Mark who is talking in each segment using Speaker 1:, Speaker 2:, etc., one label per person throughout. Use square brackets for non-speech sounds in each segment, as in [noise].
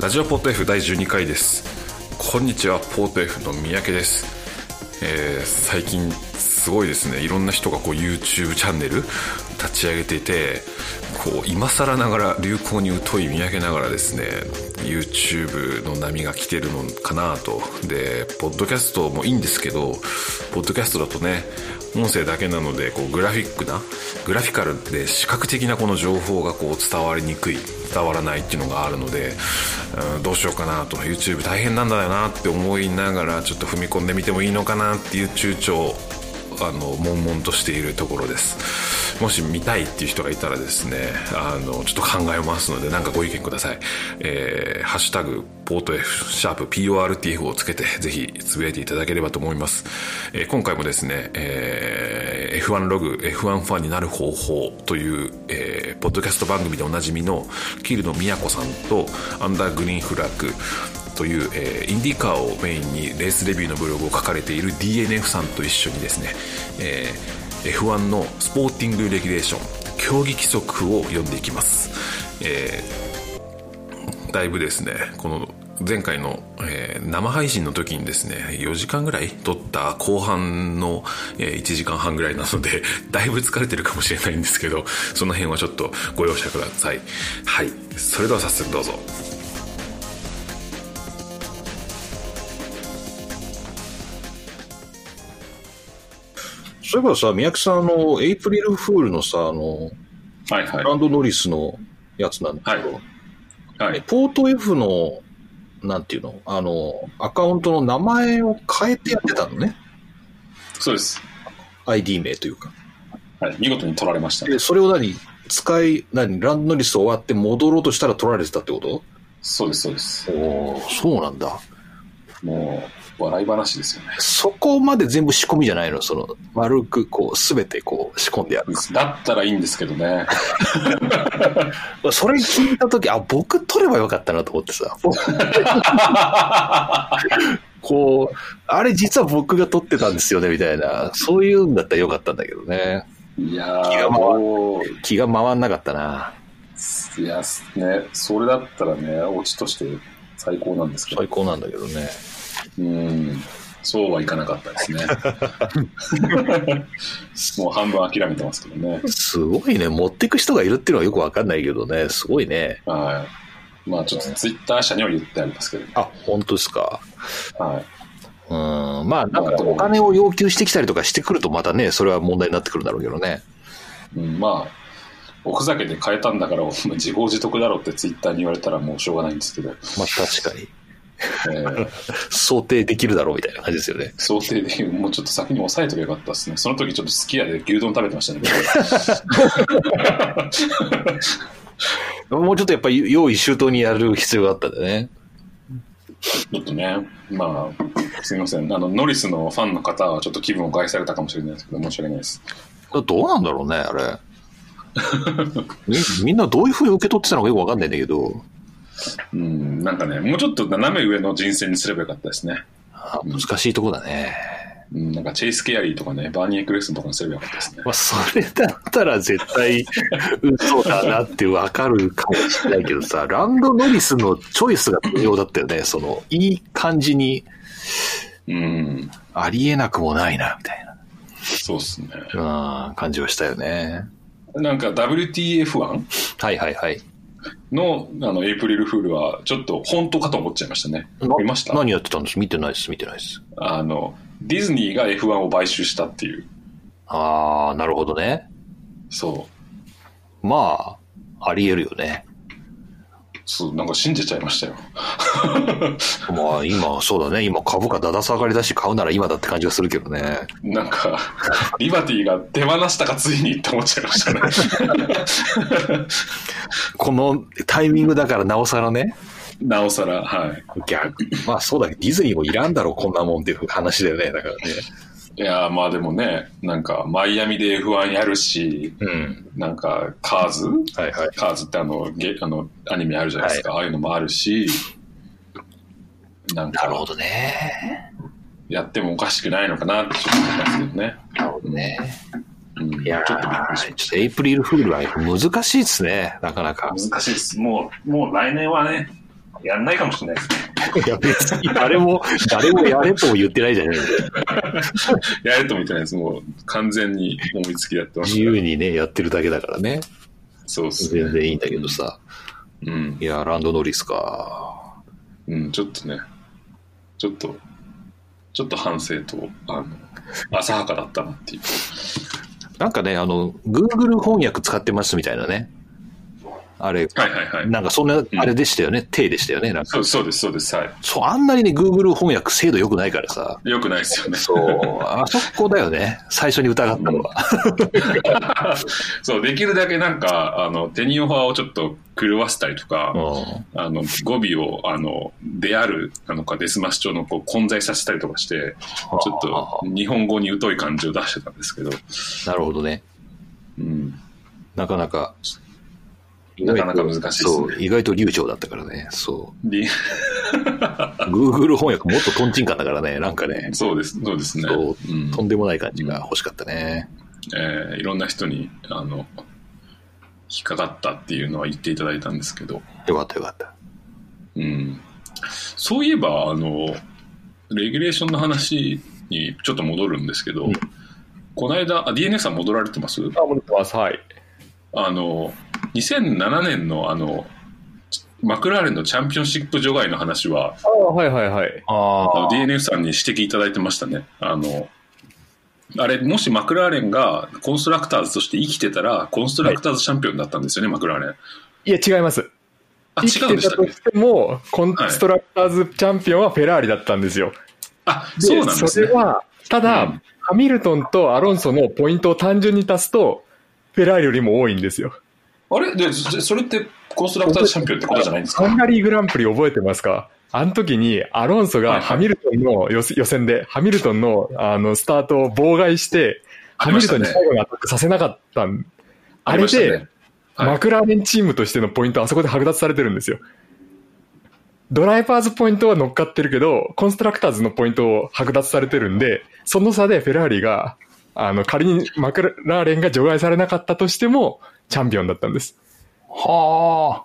Speaker 1: ラジオポート F 第12回ですこんにちはポート F の三宅です、えー最近すごいですねいろんな人がこう YouTube チャンネル立ち上げていてこう今更ながら流行に疎い三宅ながらですね YouTube の波が来てるのかなとでポッドキャストもいいんですけどポッドキャストだとね音声だけなのでこうグラフィックなグラフィカルで視覚的なこの情報がこう伝わりにくい伝わらないっていうのがあるので、うん、どうしようかなと YouTube 大変なんだよなって思いながらちょっと踏み込んでみてもいいのかなっていう躊躇あの悶々としているところですもし見たいっていう人がいたらですねあのちょっと考えますので何かご意見ください「えーハッシュタグポート F シャープ #PORTF」をつけてぜひつぶやいていただければと思います、えー今回もですね、えー F1 ログ F1 ファンになる方法という、えーポッドキャスト番組でおなじみの桐野都さんとアンダーグリーンフラッグという、えーインディカーをメインにレースレビューのブログを書かれている DNF さんと一緒にですね、えー F1 のスポーティングレギュレーション競技規則を読んでいきます、えーだいぶですねこの前回の、えー生配信の時にですね4時間ぐらい撮った後半の、え1時間半ぐらいなので [laughs] だいぶ疲れてるかもしれないんですけどその辺はちょっとご容赦くださいはいそれでは早速どうぞ
Speaker 2: そういえばさ、三宅さん、あの、エイプリルフールのさ、あの、
Speaker 3: はいはい
Speaker 2: ランド・ノリスのやつなんだけど、
Speaker 3: は
Speaker 2: え
Speaker 3: い。
Speaker 2: ポート F の、なんていうのあの、アカウントの名前を変えてやってたのね。
Speaker 3: そうです。
Speaker 2: ID 名というか。
Speaker 3: はい。見事に取られましたね。
Speaker 2: で、それを何使い、何ランド・ノリス終わって戻ろうとしたら取られてたってこと
Speaker 3: そうです、そうです。
Speaker 2: おおそうなんだ。
Speaker 3: もう、笑い話ですよね。
Speaker 2: そこまで全部仕込みじゃないのその、丸く、こう、すべてこう、仕込んでやる。
Speaker 3: だったらいいんですけどね。
Speaker 2: それ聞いたとき、あ、僕取ればよかったなと思って [laughs] さ。こう、あれ実は僕が撮ってたんですよね、みたいな。そういうんだったらよかったんだけどね。
Speaker 3: い
Speaker 2: 気
Speaker 3: や
Speaker 2: が
Speaker 3: ー、
Speaker 2: 回る
Speaker 3: も
Speaker 2: 気が回んなかったな。
Speaker 3: う、いや、ね、それだったらね、オチとして最高なんですけど
Speaker 2: 最、高なんだけどね。
Speaker 3: うん、そうはいかなかったです [laughs] ね。もう半分諦めてますけどね。
Speaker 2: すごいね。持ってく人がいるっていうのはよくわかんないけどね。すごいね。
Speaker 3: はい。まあ、ちょっとツイッター社には言ってありますけどね。
Speaker 2: あ、本当ですか。
Speaker 3: はい。
Speaker 2: うん。まあ、なんかお金を要求してきたりとかしてくるとまたね、それは問題になってくるんだろうけどね。
Speaker 3: うん、まあ、おふざけで変えたんだから、お前自業自得だろってツイッターに言われたらもうしょうがないんですけど、
Speaker 2: まあ、確かに。
Speaker 3: えー
Speaker 2: 想定できるだろうみたいな感じですよね。
Speaker 3: 想定でもうちょっと先に抑えとけばよかったですね。その時ちょっとすき家で牛丼食べてましたね。
Speaker 2: もうちょっとやっぱり用意周到にやる必要があったんだね。
Speaker 3: ちょっとね、まあ、すみません。あの、ノリスのファンの方はちょっと気分を害されたかもしれないですけど、申し訳ないです。
Speaker 2: どうなんだろうね、あ
Speaker 3: [laughs]
Speaker 2: れ。みみんなどういうふうに受け取ってたのかよくわかんないんだけど、
Speaker 3: うん、なんかね、もうちょっと斜め上の人選にすればよかったですね。
Speaker 2: あ難しいとこだね。
Speaker 3: うん、なんかチェイス・ケアリーとかね、バーニー・エクレストンとかにすればよかったですね。
Speaker 2: まあ、それだったら絶対嘘だなってわかるかもしれないけど
Speaker 3: [laughs]
Speaker 2: さ、ランド・ノリスのチョイスが重要だったよね。その、いい感じに
Speaker 3: うん、
Speaker 2: ありえなくもないな、みたい
Speaker 3: そうっすね。
Speaker 2: な、うん、感じはしたよね。
Speaker 3: なんか WTF1
Speaker 2: はいはいはい。
Speaker 3: のあのエイプリルフールは、ちょっと本当かと思っちゃいましたね。見ました
Speaker 2: な何やってたんです見てないです、見てないです。
Speaker 3: あの、ディズニーが F1 を買収したっていう。
Speaker 2: あー、なるほどね。
Speaker 3: そう。
Speaker 2: まあ、あり得るよね。
Speaker 3: そう、なんか信じちゃいましたよ。
Speaker 2: まあ今、そうだね。今株価だだ下がりだし、買うなら今だって感じがするけどね。
Speaker 3: なんか、 [laughs] リバティが手放したかついにって思っちゃいましたね。 [laughs]
Speaker 2: このタイミングだからなおさらね。
Speaker 3: なおさら、はい。
Speaker 2: 逆。まあそうだけど、ディズニーもいらんだろう、こんなもんっていう話だよね。だからね。
Speaker 3: いやーまあでもね、なんか、マイアミで F1 やるし、
Speaker 2: うん。
Speaker 3: なんか、カーズ
Speaker 2: はいはい。
Speaker 3: カーズってあの、ゲあの、アニメあるじゃないですか。ああいうのもあるし、なん
Speaker 2: なる
Speaker 3: か
Speaker 2: ほ、どね。
Speaker 3: やってもおかしくないのかなってちょっと思いますけどね。
Speaker 2: なるほどね。
Speaker 3: うん、
Speaker 2: いや
Speaker 3: ちょっとびっくりしました
Speaker 2: ーちょっとエイプリルフールは難しいですね。なかなか。
Speaker 3: 難しいです。もう、もう来年はね、やんないかもしれないですね。
Speaker 4: いや、別に誰も、誰もやれとも言ってないじゃない
Speaker 3: やれとも言ってないです。もう完全に思いつきでやってま
Speaker 4: 自
Speaker 3: した。
Speaker 4: 由にね、やってるだけだからね。
Speaker 3: そうですね。
Speaker 4: 全然いいんだけどさ。
Speaker 3: うん。
Speaker 4: いや、ランドノリスか。
Speaker 3: うん、ちょっとね、ちょっと、ちょっと反省と、 [laughs] あの、浅はかだったなっていう。
Speaker 4: なんかね、あの、Google 翻訳使ってますみたいなね。あれ、
Speaker 3: はいはいはい。
Speaker 4: なんかそんな、あれでしたよね。手でしたよね。なんか。
Speaker 3: そうそうです、そうです。はい。
Speaker 4: そう、あんなにね、Google 翻訳精度良くないからさ。
Speaker 3: よくないです [laughs] よね。
Speaker 4: そう、あそこだよね。最初に疑ったのは。
Speaker 3: そう、できるだけなんか、あの、手にオファーをちょっと狂わせたりとか、あの、語尾を、あの、であるなのか、デスマス調のこう混在させたりとかして、ちょっと日本語に疎い感じを出してたんですけど、
Speaker 4: なるほどね。
Speaker 3: うん、
Speaker 4: なかなか。
Speaker 3: なかなか難しいですね
Speaker 4: そう、意外と流暢だったからね。そ
Speaker 3: り
Speaker 4: う。Google 翻訳もっとトンチンカンだからね。なんかね、
Speaker 3: そうです、そうですね。
Speaker 4: そう
Speaker 3: う、ん
Speaker 4: とんでもない感じが欲しかったね。
Speaker 3: えーいろんな人に、あの、引っかかったっていうのは言っていただいたんですけど、
Speaker 4: よかったよかった。
Speaker 3: うん、そういえばあのレギュレーションの話にちょっと戻るんですけど、
Speaker 4: うん
Speaker 3: この間あ DNS さん戻られてます
Speaker 5: あ、戻ってます。はい。
Speaker 3: あの2007年のあのマクラーレンのチャンピオンシップ除外の話は
Speaker 5: あはいはいはい。
Speaker 4: あ
Speaker 3: DNF さんに指摘いただいてましたね。あのあれもしマクラーレンがコンストラクターズとして生きてたらコンストラクターズチャンピオンだったんですよね、マクラーレン。
Speaker 5: いや、違います。
Speaker 3: あ
Speaker 5: 生
Speaker 3: 違
Speaker 5: き
Speaker 3: うん
Speaker 5: て
Speaker 3: でしたたっ
Speaker 5: と
Speaker 3: け
Speaker 5: しても、コンストラクターズチャンピオンはフェラーリだったんですよ。
Speaker 3: あそうなんです
Speaker 5: そ
Speaker 3: ね
Speaker 5: れ。は、ただ、
Speaker 3: うん
Speaker 5: ハミルトンとアロンソのポイントを単純に足すと、フェラーリよりも多いんですよ。
Speaker 3: あれでそそれってコンストラクターズチャンピオンってことじゃないんですか
Speaker 5: ハンガリーグランプリ覚えてますかあの時に、アロンソ
Speaker 3: はいは
Speaker 5: が
Speaker 3: い
Speaker 5: ハミルトンの予予選で、ハミルトンのあのスタートを妨害して、
Speaker 3: あ
Speaker 5: ハ
Speaker 3: りま
Speaker 5: ミ
Speaker 3: した
Speaker 5: ルトン
Speaker 3: ね
Speaker 5: に最後にアタックさせなかったんあれ
Speaker 3: ありました
Speaker 5: で
Speaker 3: ね、はい
Speaker 5: マクラーレンチームとしてのポイントはあそこで剥奪されてるんですよ。ドライバーズポイントは乗っかってるけど、コンストラクターズのポイントを剥奪されてるんで、その差でフェラーリが、あの、仮にマクラーレンが除外されなかったとしても、チャンピオンだったんです。
Speaker 4: は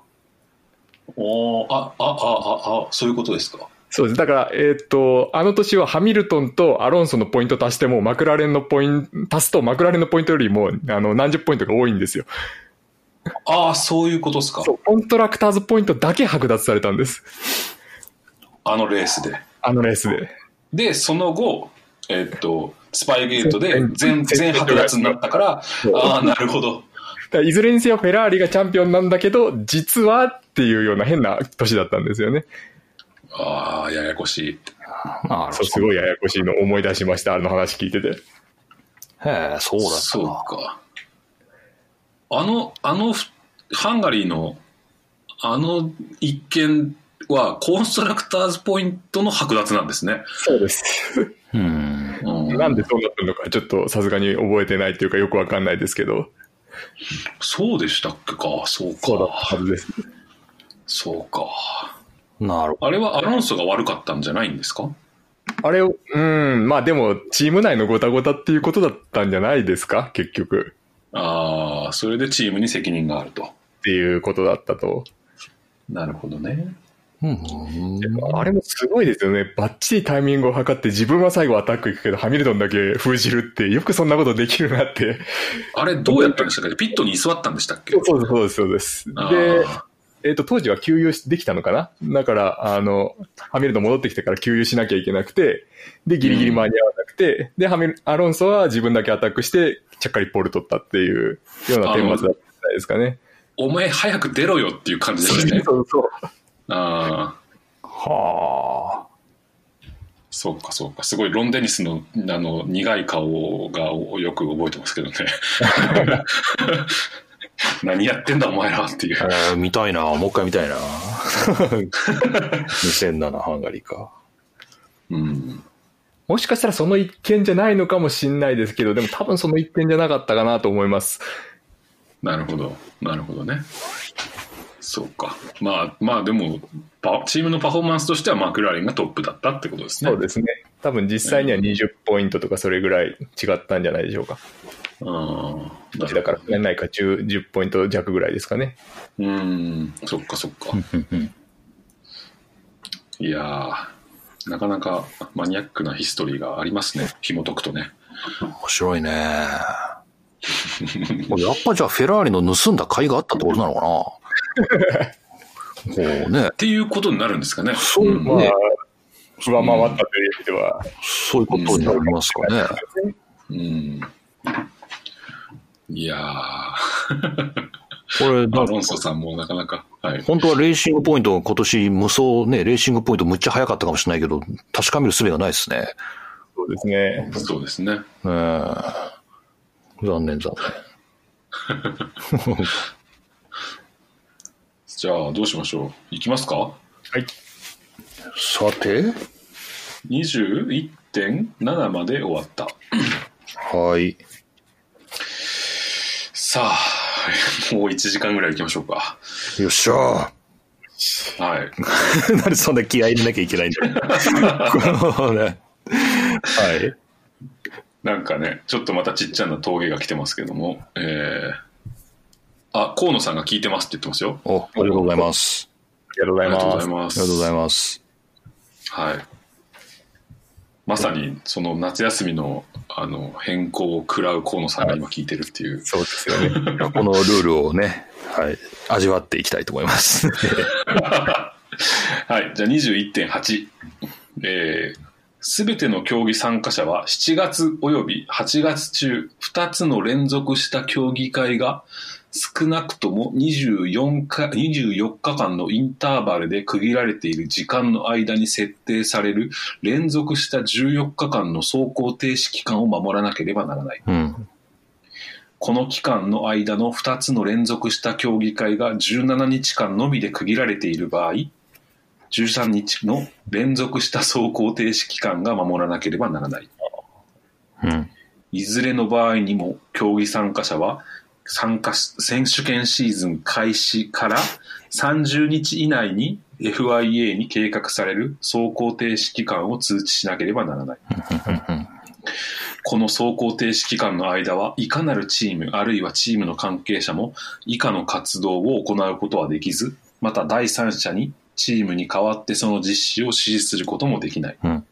Speaker 3: おーあ、あ、あ、あ、あ、そういうことですか。
Speaker 5: そうです。だから、えーっと、あの年はハミルトンとアロンソのポイント足しても、マクラーレンのポイント、足すとマクラーレンのポイントよりも、あの、何十ポイントが多いんですよ。
Speaker 3: ああ、そういうことですか。
Speaker 5: そう、コントラクターズポイントだけ剥奪されたんです。
Speaker 3: あのレースで。
Speaker 5: あのレースで。
Speaker 3: で、その後、えっと、スパイゲートで全、全剥奪になったから、ああ、なるほど。
Speaker 5: だからいずれにせよフェラーリがチャンピオンなんだけど、実はっていうような変な年だったんですよね。
Speaker 3: ああ、ややこしい。
Speaker 4: あ。なる
Speaker 5: そう、
Speaker 4: ほ
Speaker 5: す
Speaker 4: ど。
Speaker 5: ごいややこしいの思い出しました。あの話聞いてて。
Speaker 4: へえ、そうだった
Speaker 3: そう
Speaker 4: な。
Speaker 3: か。あの、あの、ふハンガリーの、あの一件は、コンストラクターズポイントの剥奪なんですね。
Speaker 5: そうです。
Speaker 4: うん。
Speaker 3: うん
Speaker 5: なんでそうなったのか、ちょっとさすがに覚えてないっていうかよくわかんないですけど、
Speaker 3: そうでしたっけか。そう
Speaker 5: そうだった
Speaker 3: か。
Speaker 5: はずです。
Speaker 3: そうか。
Speaker 4: なるほ
Speaker 3: あれはアロンソが悪かったんじゃないんですか
Speaker 5: あれを、うん、まあでも、チーム内のごたごたっていうことだったんじゃないですか、結局。
Speaker 3: ああ、それでチームに責任があると。
Speaker 5: っていうことだったと。
Speaker 3: なるほどね。
Speaker 4: ど。うん。
Speaker 5: あれもすごいですよね。バッチリタイミングを測って、自分は最後アタック行くけど、ハミルトンだけ封じるって、よくそんなことできるなって。
Speaker 3: あれどうやったんでしたっけピットに居座ったんでしたっけ
Speaker 5: そうです、そうです、そう
Speaker 3: あ
Speaker 5: です。
Speaker 3: ー
Speaker 5: で、えっ、と、当時は給油できたのかなだから、あの、ハミルトン戻ってきてから給油しなきゃいけなくて、で、ギリギリ間に合わなくて、で、ハミル、アロンソは自分だけアタックして、ちゃっかりポール取ったっていうような点末だったんじゃないですかね。
Speaker 3: お前早く出ろよっていう感じでしたね。
Speaker 5: そうそう。
Speaker 3: ああ、
Speaker 4: は
Speaker 3: そうかそうか。すごいロン・デニスのあの苦い顔がよく覚えてますけ
Speaker 5: [laughs]
Speaker 3: どね。何やってんだお前らっていう。
Speaker 4: あ。えー見たいな。もう一回見たい
Speaker 2: [laughs]
Speaker 4: な。2007ハンガリーか。
Speaker 3: うん。
Speaker 5: もしかしたらその一件じゃないのかもしんないですけど、でも多分その一件じゃなかったかなと思います。
Speaker 3: なるほど。なるほどね。そうか。まあまあでも、パチームのパフォーマンスとしてはマクラーレンがトップだったってことですね。
Speaker 5: そうですね。多分実際には20ポイントとかそれぐらい違ったんじゃないでしょうか。
Speaker 3: ああ、
Speaker 5: だから、何か10、10ポイント弱ぐらいですかね。 [laughs]
Speaker 3: うーん、そっかそっか。
Speaker 4: うんうん
Speaker 3: いやー、なかなかマニアックなヒストリーがありますね。紐解くとね。
Speaker 2: 面白いね。 [laughs] やっぱじゃあフェラーリの盗んだ甲斐があったってことなのかなこう [laughs] ね
Speaker 3: っ。ていうことになるんですかね。
Speaker 2: そううん
Speaker 5: まあ
Speaker 2: ね、
Speaker 5: 上回ったという意味では、
Speaker 2: そういうことになりますかね。
Speaker 3: うんいやー、
Speaker 2: これ、
Speaker 3: アロンソさんもなかなか、はい。
Speaker 2: 本当はレーシングポイント、今年無双ね、レーシングポイントむっちゃ早かったかもしれないけど、確かめる術がないですね。
Speaker 5: そうですね。
Speaker 3: そうですね。
Speaker 2: うん。残念残
Speaker 3: じゃあ、どうしましょう。いきますか
Speaker 5: はい。
Speaker 2: 念。さて、
Speaker 3: ?21.7 まで終わった。
Speaker 2: はい。
Speaker 3: さあ、もう1時 [laughs] 間ぐらい行きましょうか。
Speaker 2: よっしゃ
Speaker 3: はい。
Speaker 2: ー。なんでそんな気合い入れなきゃいけないん [laughs] だろうねはい。
Speaker 3: なんかね、ちょっとまたちっちゃな峠が来てますけども、えー、あ、河野さんが聞いてますって言ってますよ。
Speaker 2: お、ありがとうございます。
Speaker 5: ありがとうご
Speaker 3: あ
Speaker 5: ざい
Speaker 3: りがとうござ
Speaker 5: ま
Speaker 3: い
Speaker 2: あ
Speaker 3: ます。
Speaker 5: す。
Speaker 2: りがとうございます。
Speaker 3: はい。まさに、その夏休みの、あの、変更を食らう河野さんが今聞いてるっていう。
Speaker 2: そうですよね。このルールをね、はい、味わっていきたいと思います。
Speaker 3: [laughs] はい、じゃあ21.8。えすべての競技参加者は7月および8月中2つの連続した競技会が少なくとも24日 ,24 日間のインターバルで区切られている時間の間に設定される連続した14日間の走行停止期間を守らなければならない。
Speaker 2: うん。
Speaker 3: この期間の間の2つの連続した競技会が17日間のみで区切られている場合、13日の連続した走行停止期間が守らなければならない。
Speaker 2: うん。
Speaker 3: いずれの場合にも、競技参加者は、参加し、選手権シーズン開始から30日以内に FIA に計画される走行停止期間を通知しなければならない。この走行停止期間の間はいかなるチームあるいはチームの関係者も以下の活動を行うことはできず、また第三者にチームに代わってその実施を指示することもできない。
Speaker 2: うん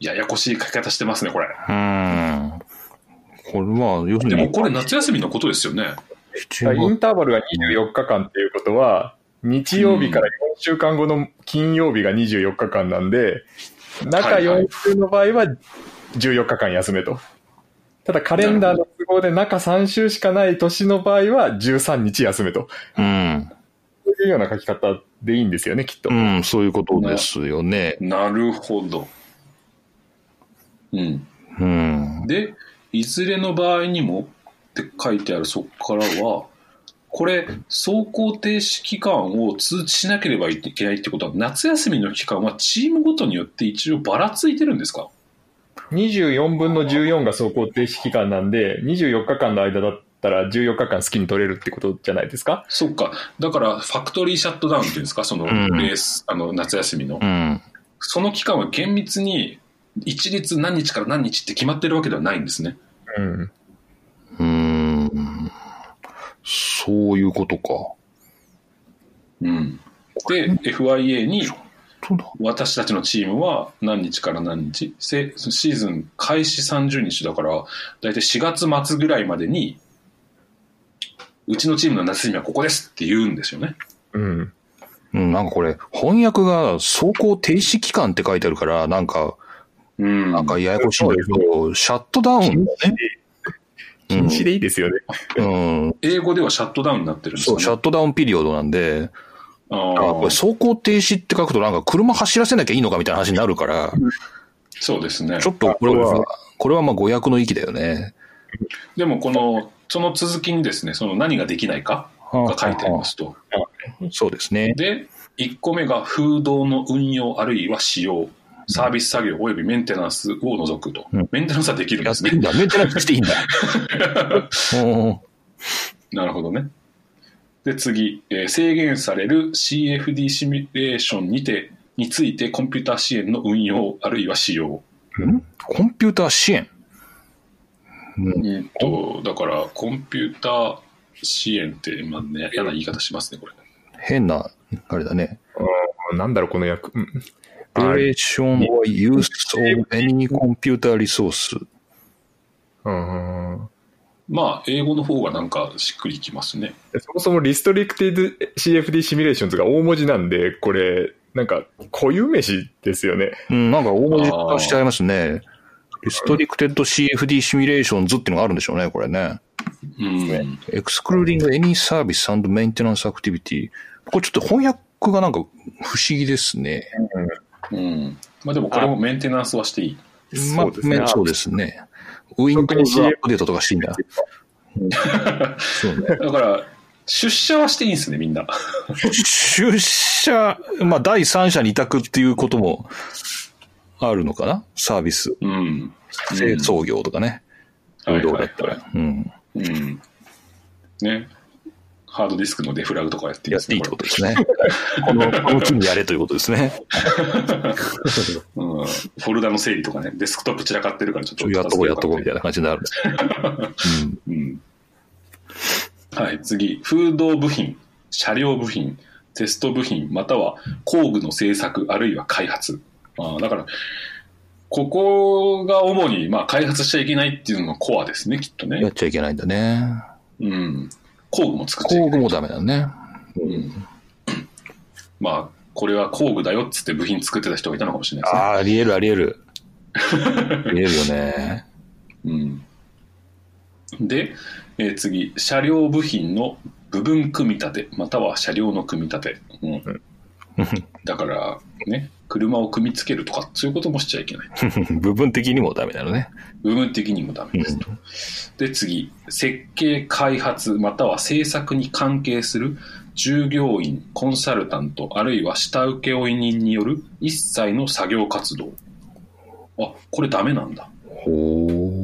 Speaker 3: ややこしい書き方してますね、これ。
Speaker 2: うん。これまあ、要す
Speaker 3: で
Speaker 2: る
Speaker 3: も
Speaker 2: に、
Speaker 3: これ夏休みのことですよね。
Speaker 2: 必
Speaker 5: だからイ
Speaker 2: 要な
Speaker 5: ンターバルが24日間っていうことは、日曜日から4週間後の金曜日が24日間なんで、中
Speaker 3: はいはい
Speaker 5: 4週の場合は14日間休めと。ただカレンダーの都合で中3週しかない年の場合は13日休めと。
Speaker 2: うん。
Speaker 5: そういうような書き方でいいんですよね、きっと。
Speaker 2: うん、そういうことですよね。
Speaker 3: なるほど。うん。
Speaker 2: うん。
Speaker 3: で、いずれの場合にもって書いてあるそこからは、これ、走行停止期間を通知しなければいけないってことは、夏休みの期間はチームごとによって一応ばらついてるんですか
Speaker 5: 24分の14が走行停止期間なんで、24日間の間だったら14日間好きに取れるってことじゃないですか。
Speaker 3: そっか。だから、ファクトリーシャットダウンっていうんですかその
Speaker 2: うん
Speaker 3: レース、あの、夏休みの
Speaker 2: う。ん。
Speaker 3: その期間は厳密に、一律何日から何日って決まってるわけではないんですね。
Speaker 5: うん。
Speaker 2: うん。そういうことか。
Speaker 3: うん。で、FIA に
Speaker 2: そうだ。
Speaker 3: 私たちのチームは何日から何日せシーズン開始30日だから大体4月末ぐらいまでにうちのチームの夏休みはここですって言うんですよね
Speaker 5: うん。
Speaker 2: うん、なんかこれ、翻訳が走行停止期間って書いてあるから、なんか、
Speaker 3: うん
Speaker 2: なんかややこしいんだけど、シャットダウンだね。
Speaker 5: 禁止でいいですよね。
Speaker 2: うん。うん
Speaker 3: 英語ではシャットダウンになってるんです
Speaker 2: そ
Speaker 3: よ
Speaker 2: う、
Speaker 3: ね
Speaker 2: シャットダウンピリオドなんで、
Speaker 3: あ
Speaker 2: あこれ
Speaker 3: ー
Speaker 2: 走行停止って書くとなんか車走らせなきゃいいのかみたいな話になるから、
Speaker 3: そうですね
Speaker 2: ちょっとこれ
Speaker 5: あそう
Speaker 2: は
Speaker 5: で、
Speaker 2: これはまあ誤訳の域だよね。
Speaker 3: でもこのその続きにですねその何ができないかが書いてありますと
Speaker 2: そうですね。
Speaker 3: で1個目が風洞の運用あるいは使用サービス作業およびメンテナンスを除くと、
Speaker 2: うん
Speaker 3: メンテナンスはできるん
Speaker 2: や
Speaker 3: で
Speaker 2: っ
Speaker 3: す
Speaker 2: て
Speaker 3: ね
Speaker 2: いいんだ。メンテナンスしていいんだ。うん
Speaker 3: なるほどね。で、次、えー制限される CFD シミュレーションにて、についてコンピューター支援の運用あるいは使用。
Speaker 2: んコンピューター支援。
Speaker 3: えっと、だから、コンピューター支援って、まあね、嫌な言い方しますね、これ。
Speaker 2: 変な、あれだね。
Speaker 5: なんだろう、この役、うん
Speaker 2: レレーションは use of any computer resource.
Speaker 5: うんうん
Speaker 3: まあ、英語の方がなんかしっくりきますね。
Speaker 5: そもそもリストリクティド CFD シミュレーションズが大文字なんで、これ、なんか、固有名詞ですよね。
Speaker 2: うん、なんか大文字化しちゃいますね。リストリクテッド CFD シミュレーションズっていうのがあるんでしょうね、これね。
Speaker 3: うん。
Speaker 2: excluding any service and maintenance activity. これちょっと翻訳がなんか不思議ですね。
Speaker 3: うん。まあでもこれもメンテナンスはしていい。
Speaker 2: まあ
Speaker 5: そうですね。
Speaker 2: そうですね。Windows アップデートとかしていいんだ。そうね。
Speaker 3: だから、出社はしていいんですね、みんな。
Speaker 2: 出社、まあ、第三者に委託っていうこともあるのかなサービス。
Speaker 3: うん。
Speaker 2: 清掃業とかね。
Speaker 3: はい
Speaker 2: どう
Speaker 3: は
Speaker 2: だ
Speaker 3: い
Speaker 2: った
Speaker 3: はい
Speaker 2: ら。うん。
Speaker 3: うん。ね。ハードディスクのデフラグとかやっていい
Speaker 2: や
Speaker 3: ん
Speaker 2: っ
Speaker 3: す
Speaker 2: て
Speaker 3: ね
Speaker 2: いいってことですね。 [laughs] この、この機にやれということですね。
Speaker 3: うん、フォルダの整理とかね、デスクトップ散らかってるからちょっと
Speaker 2: やっとこうやっとこうみたい
Speaker 3: な。
Speaker 2: な感じになるんです。うん
Speaker 3: うん。はい、次。風洞部品、車両部品、テスト部品、または工具の製作、あるいは開発。あーだから、ここが主に、まあ、開発しちゃいけないっていうのがコアですね、きっと
Speaker 2: やっ
Speaker 3: ね。
Speaker 2: ちゃいけないんだね。
Speaker 3: うん。工具も作っちゃい
Speaker 2: 工
Speaker 3: けな
Speaker 2: 具
Speaker 3: い。
Speaker 2: もダメだね。
Speaker 3: うん、まあ、これは工具だよっつって部品作ってた人がいたのかもしれないですね。
Speaker 2: ああ、ありえるありえる。ありえるよね。
Speaker 3: うん、で、えー次車両部品の部分組み立てまたは車両の組み立て、うん [laughs] だからね車を組み付けるとかそういうこともしちゃいけない
Speaker 2: [laughs] 部分的にもダメなのね。
Speaker 3: 部分的にもダメですと、で次設計開発または制作に関係する従業員コンサルタントあるいは下請負人による一切の作業活動あこれダメなんだ
Speaker 2: ほー。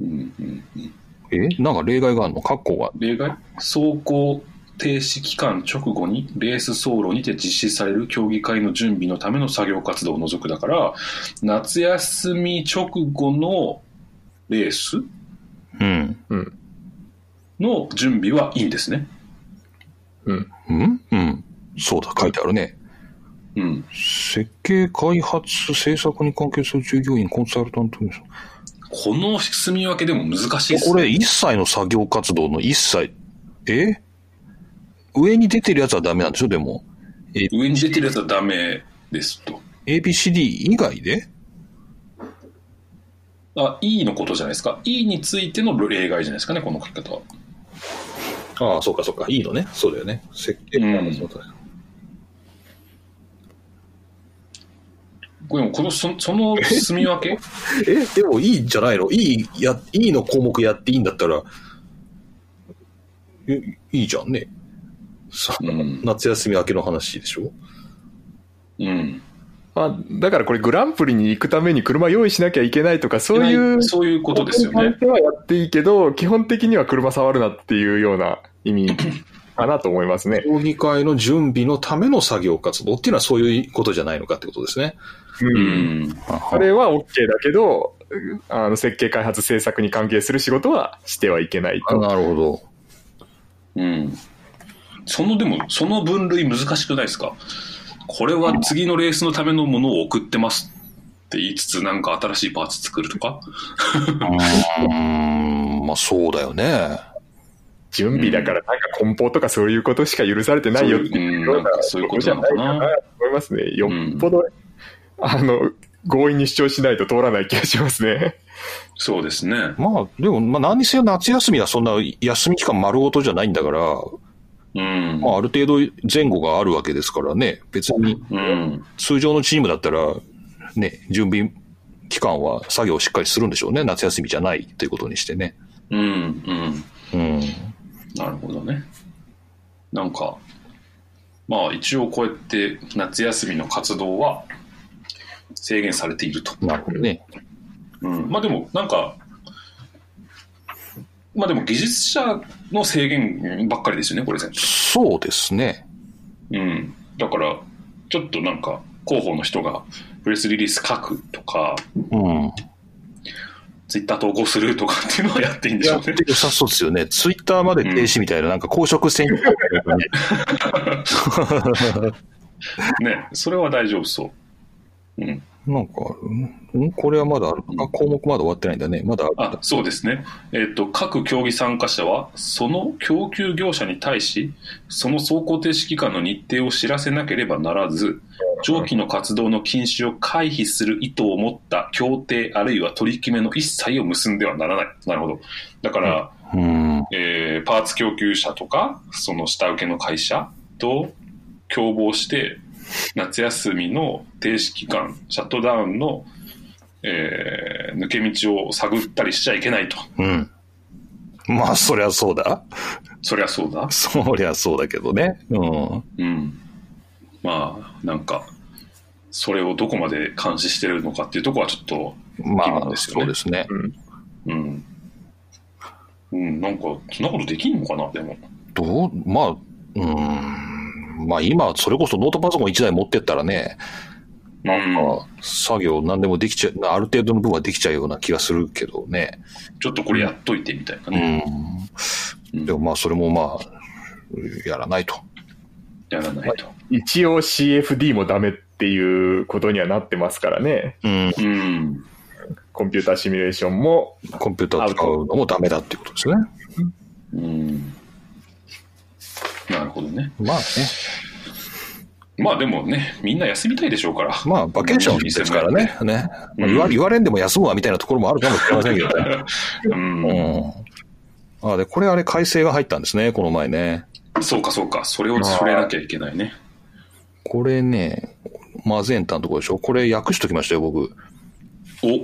Speaker 3: うんうんうん
Speaker 2: えなんか例外があるの括弧が。
Speaker 3: 例外走行停止期間直後にレース走路にて実施される競技会の準備のための作業活動を除くだから夏休み直後のレース
Speaker 2: うん。
Speaker 3: の準備はいいんですね
Speaker 2: うんうん。そうだ、書いてあるね。
Speaker 3: うん
Speaker 2: 設計、開発、制作に関係する従業員、コンサルタントに。
Speaker 3: この住み分けでも難しいです
Speaker 2: こ
Speaker 3: ね
Speaker 2: れ、一切の作業活動の一切。え上に出てるやつはダメなんでしょでも。え
Speaker 3: 上に出てるやつはダメですと
Speaker 2: ABCD 以外で
Speaker 3: あ E のことじゃないですか E についての例外じゃないですかねこの書き方は
Speaker 2: ああ、そうかそうか。いいのね。そうだよね。設計
Speaker 3: 開発のこれもこの
Speaker 5: [laughs]
Speaker 3: そその住み分け
Speaker 2: え、でもいいんじゃないのいい、や、いいの項目やっていいんだったら、え、いいじゃんね。さ
Speaker 3: うん
Speaker 2: 夏休み明けの話でしょ
Speaker 3: うん
Speaker 5: あだからこれグランプリに行くために車用意しなきゃいけないとか、そういう、
Speaker 3: そういうことですよね
Speaker 5: 関係はやっていいけど、基本的には車触るなっていうような意味かなと思いますね。
Speaker 2: 競技会の準備のための作業活動っていうのはそういうことじゃないのかってことですね。
Speaker 3: う
Speaker 5: うん
Speaker 3: ん
Speaker 5: それは OK だけど、あの設計開発制作に関係する仕事はしてはいけない
Speaker 2: あ
Speaker 5: と。
Speaker 2: なるほど。
Speaker 3: うん。その、でも、その分類難しくないですかこれは次のレースのためのものを送ってますって言いつつ、なんか新しいパーツ作るとか
Speaker 2: うーん、まあそうだよね。
Speaker 5: 準備だからなんか梱包とかそういうことしか許されてないよっていうような
Speaker 3: そういううんなんかそういうことなのかな
Speaker 5: じゃいと思いますね。よっぽど、あの、強引に主張しないと通らない気がしますね。
Speaker 3: そうですね。
Speaker 2: まあでも、まあ何にせよ夏休みはそんな休み期間丸ごとじゃないんだから、
Speaker 3: うん。
Speaker 2: まあある程度前後があるわけですからね。別に
Speaker 3: うん。
Speaker 2: 通常のチームだったら、ね、準備期間は作業をしっかりするんでしょうね。夏休みじゃないということにしてね。
Speaker 3: うん。う
Speaker 2: う
Speaker 3: ん。
Speaker 2: ん。
Speaker 3: なるほどね。なんか、まあ一応こうやって夏休みの活動は制限されていると。
Speaker 2: なるほどね。
Speaker 3: うん、まあでもなんかまあでも技術者の制限ばっかりですよねこれ全
Speaker 2: そうですね。
Speaker 3: 部、うん、だからちょっとなんか広報の人がプレスリリース書くとか
Speaker 2: うん。
Speaker 3: ツイッター投稿するとかっていうのはやっていいんでし
Speaker 2: や
Speaker 3: ょ
Speaker 2: っ
Speaker 3: う
Speaker 2: て
Speaker 3: ね。
Speaker 2: 良さそうですよね。ツイッターまで停止みたいな、なんか公職選挙
Speaker 3: [laughs]
Speaker 2: 法ね
Speaker 3: ね、それは大丈夫そう。うん。
Speaker 2: なんかある、んこれはまだあるのか、項目まだ終わってないんだね。まだあるん
Speaker 3: あ
Speaker 2: だ。
Speaker 3: そうですね、えっと各競技参加者はその供給業者に対しその走行停止期間の日程を知らせなければならず長期の活動の禁止を回避する意図を持った協定あるいは取り決めの一切を結んではならないなるほどだから、
Speaker 2: うん。
Speaker 3: えーパーツ供給者とかその下請けの会社と共謀して夏休みの停止期間シャットダウンの、えー抜け道を探ったりしちゃいけないと。
Speaker 2: うん。まあ、そりゃそうだ。
Speaker 3: そりゃそうだ。
Speaker 2: そりゃそうだけどね。うん。
Speaker 3: うん。まあ、なんか、それをどこまで監視してるのかっていうところはちょっと、
Speaker 2: ま
Speaker 3: 疑問
Speaker 2: あ、
Speaker 3: ですよね
Speaker 2: そうですね。
Speaker 3: うん。うん、なんか、そんなことできんのかな、でも。
Speaker 2: どう、まあ、うん。まあ今、それこそノートパソコン1台持ってったらね、
Speaker 3: なんか、
Speaker 2: まあ作業何でもできちゃう、ある程度の分はできちゃうような気がするけどね。
Speaker 3: ちょっとこれやっといてみたいな
Speaker 2: う
Speaker 3: ね。
Speaker 2: ん。
Speaker 3: うん
Speaker 2: でもまあ、それもまあ、やらないと。
Speaker 3: やらないと。
Speaker 5: 一応 CFD もダメっていうことにはなってますからね。
Speaker 2: うん。
Speaker 3: うん。
Speaker 5: コンピューターシミュレーションも、
Speaker 2: コンピューター使うのもダメだっていうことですね。
Speaker 3: うん。なるほどね。
Speaker 2: まあね。
Speaker 3: まあでもね、みんな休みたいでしょうから。
Speaker 2: まあ、バケーションですからね。ね。ま
Speaker 3: うん
Speaker 2: あ言わ言われんでも休むわみたいなところもあるかもしれませんけどね。
Speaker 3: うん。
Speaker 2: うん。あ、で、これあれ改正が入ったんですね、この前ね。
Speaker 3: そうかそうか。それを触れなきゃいけないね。
Speaker 2: これね、マゼンタのところでしょこれ訳しときましたよ、僕。
Speaker 3: お、あり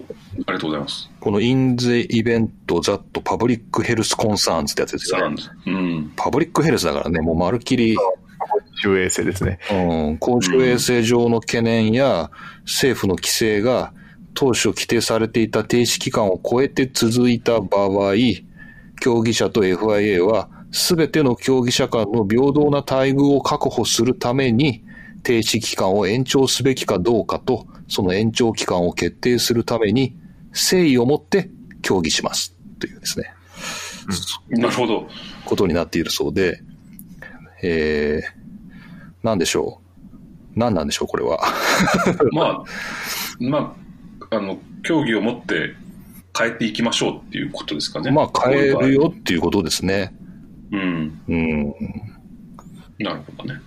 Speaker 3: がとうございます。
Speaker 2: この In the Event That Public Health Concerns ってやつです
Speaker 3: さ
Speaker 2: よ
Speaker 3: ら
Speaker 2: ね。
Speaker 3: に。うん。
Speaker 2: パブリックヘルスだからね、もうまるっきり、
Speaker 5: 中衛星ですね。
Speaker 2: うん、公衆衛生上の懸念や政府の規制が当初規定されていた停止期間を超えて続いた場合、競技者と FIA は全ての競技者間の平等な待遇を確保するために停止期間を延長すべきかどうかと、その延長期間を決定するために誠意を持って協議しますというですね。
Speaker 3: なるほど。
Speaker 2: ことになっているそうで、えー、なんでしょう。なんなんでしょう、これは。
Speaker 3: まあ、まあ、あの、競技を持って変えていきましょうっていうことですかね。
Speaker 2: まあ、変えるよっていうことですね。
Speaker 3: うん。
Speaker 2: うん。
Speaker 3: なるほどね。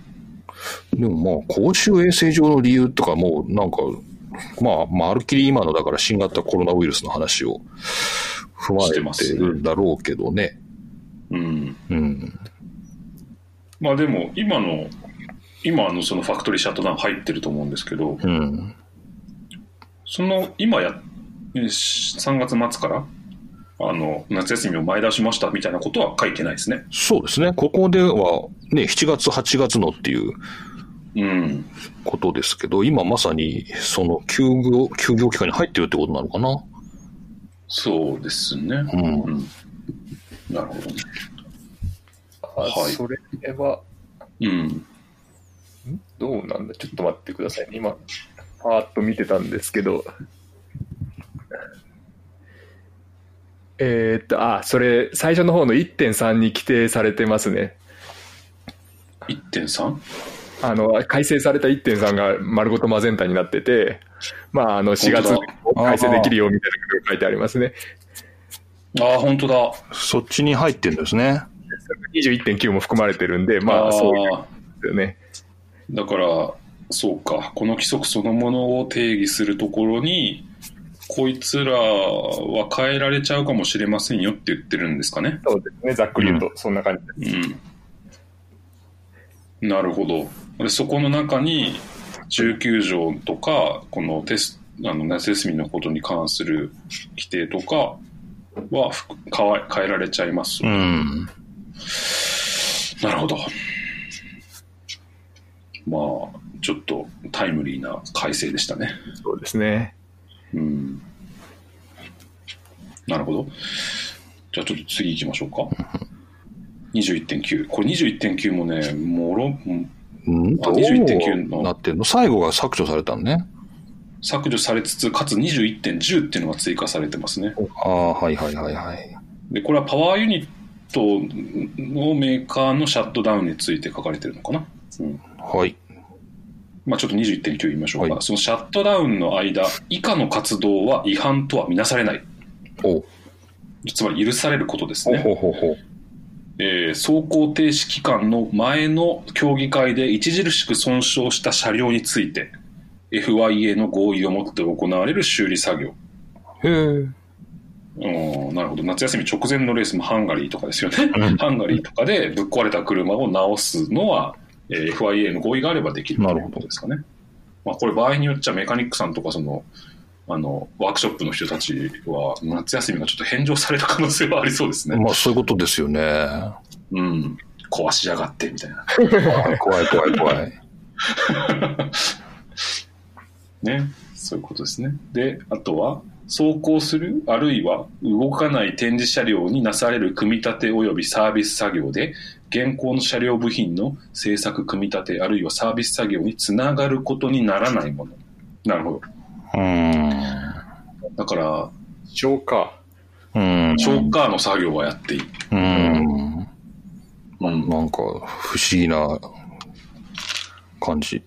Speaker 2: でもまあ、公衆衛生上の理由とかもう、なんか、まあ、まるっきり今の、だから新型コロナウイルスの話を踏ま
Speaker 3: してま
Speaker 2: え
Speaker 3: す
Speaker 2: て
Speaker 3: ね
Speaker 2: るんだろうけどね。
Speaker 3: うん。
Speaker 2: うん。
Speaker 3: まあでも、今の、今あのそのファクトリーシャットダウン入ってると思うんですけど、
Speaker 2: うん。
Speaker 3: その今や、えし3月末から、あの、夏休みを前倒しましたみたいなことは書いてないですね。
Speaker 2: そうですね。ここでは、ね、7月、8月のっていう
Speaker 3: うん。
Speaker 2: ことですけど、今まさに、その休業、休業期間に入ってるってことなのかな。
Speaker 3: そうですね。
Speaker 2: うん
Speaker 3: うん。なるほどね。はい
Speaker 5: それは、
Speaker 3: うん。
Speaker 5: どうなんだちょっと待ってくださいね。今、パーッと見てたんですけど。えーっと、あ、それ、最初の方の1.3に規定されてますね。
Speaker 3: 1.3?
Speaker 5: あの、改正された1.3が丸ごとマゼンタになってて、まあ、あの、4月
Speaker 3: 本
Speaker 5: 改正できるよみたいなことが書いてありますね。
Speaker 3: ああ、本当だ。
Speaker 2: そっちに入ってるんですね。
Speaker 5: 21.9も含まれてるんで、まあ、そういうこ
Speaker 3: あ。
Speaker 5: とですよね。
Speaker 3: だから、そうか、この規則そのものを定義するところに、こいつらは変えられちゃうかもしれませんよって言ってるんですかね。
Speaker 5: そうですね、ざっくり言うと、そんな感じ
Speaker 3: うん。なるほど。でそこの中に、19条とか、このテスあの夏休みのことに関する規定とかはふ変わ変えられちゃいます。
Speaker 2: うん。
Speaker 3: なるほど。まあ、ちょっとタイムリーな改正でしたね。
Speaker 5: そうですね。
Speaker 3: うん。なるほど。じゃあちょっと次行きましょうか。21.9。これ21.9もね、もろ、
Speaker 2: うん
Speaker 3: あ21.9の
Speaker 2: なってんの最後が削除されたのね。
Speaker 3: 削除されつつ、かつ21.10っていうのが追加されてますね。
Speaker 2: ああ、はいはいはいはい。
Speaker 3: で、これはパワーユニットのメーカーのシャットダウンについて書かれてるのかな。うん
Speaker 2: はい。
Speaker 3: まあ、ちょっと21.9言いましょうか、
Speaker 2: はい
Speaker 3: そのシャットダウンの間、以下の活動は違反とは見なされない。
Speaker 2: おう
Speaker 3: つまり許されることです
Speaker 2: ほう
Speaker 3: ね。
Speaker 2: ほうほうほう。
Speaker 3: えー走行停止期間の前の協議会で著しく損傷した車両について FIA の合意をもって行われる修理作業
Speaker 2: へえ。
Speaker 3: うんなるほど夏休み直前のレースもハンガリーとかですよねハンガリーとかでぶっ壊れた車を直すのは、えー FIA の合意があればできる
Speaker 2: な
Speaker 3: と
Speaker 2: る
Speaker 3: い
Speaker 2: ほ
Speaker 3: う
Speaker 2: ど
Speaker 3: ことですかね、まあ、これ場合によっちゃメカニックさんとかそのあのワークショップの人たちは夏休みがちょっと返上された可能性はありそうですね、
Speaker 2: まあそういうことですよね。
Speaker 3: うん壊しやがってみたいな
Speaker 2: 怖い怖い怖い。
Speaker 3: ね、そういうことですね。で、あとは、走行する、あるいは動かない展示車両になされる組み立て及びサービス作業で、現行の車両部品の製作組み立て、あるいはサービス作業につながることにならないもの。なる
Speaker 2: うー
Speaker 3: ほど。だから、
Speaker 5: 消化。
Speaker 2: ん。うーん。
Speaker 3: チョーカーの作業はやっていい。
Speaker 2: うーん。
Speaker 3: うん、
Speaker 2: なんか、不思議な感じ。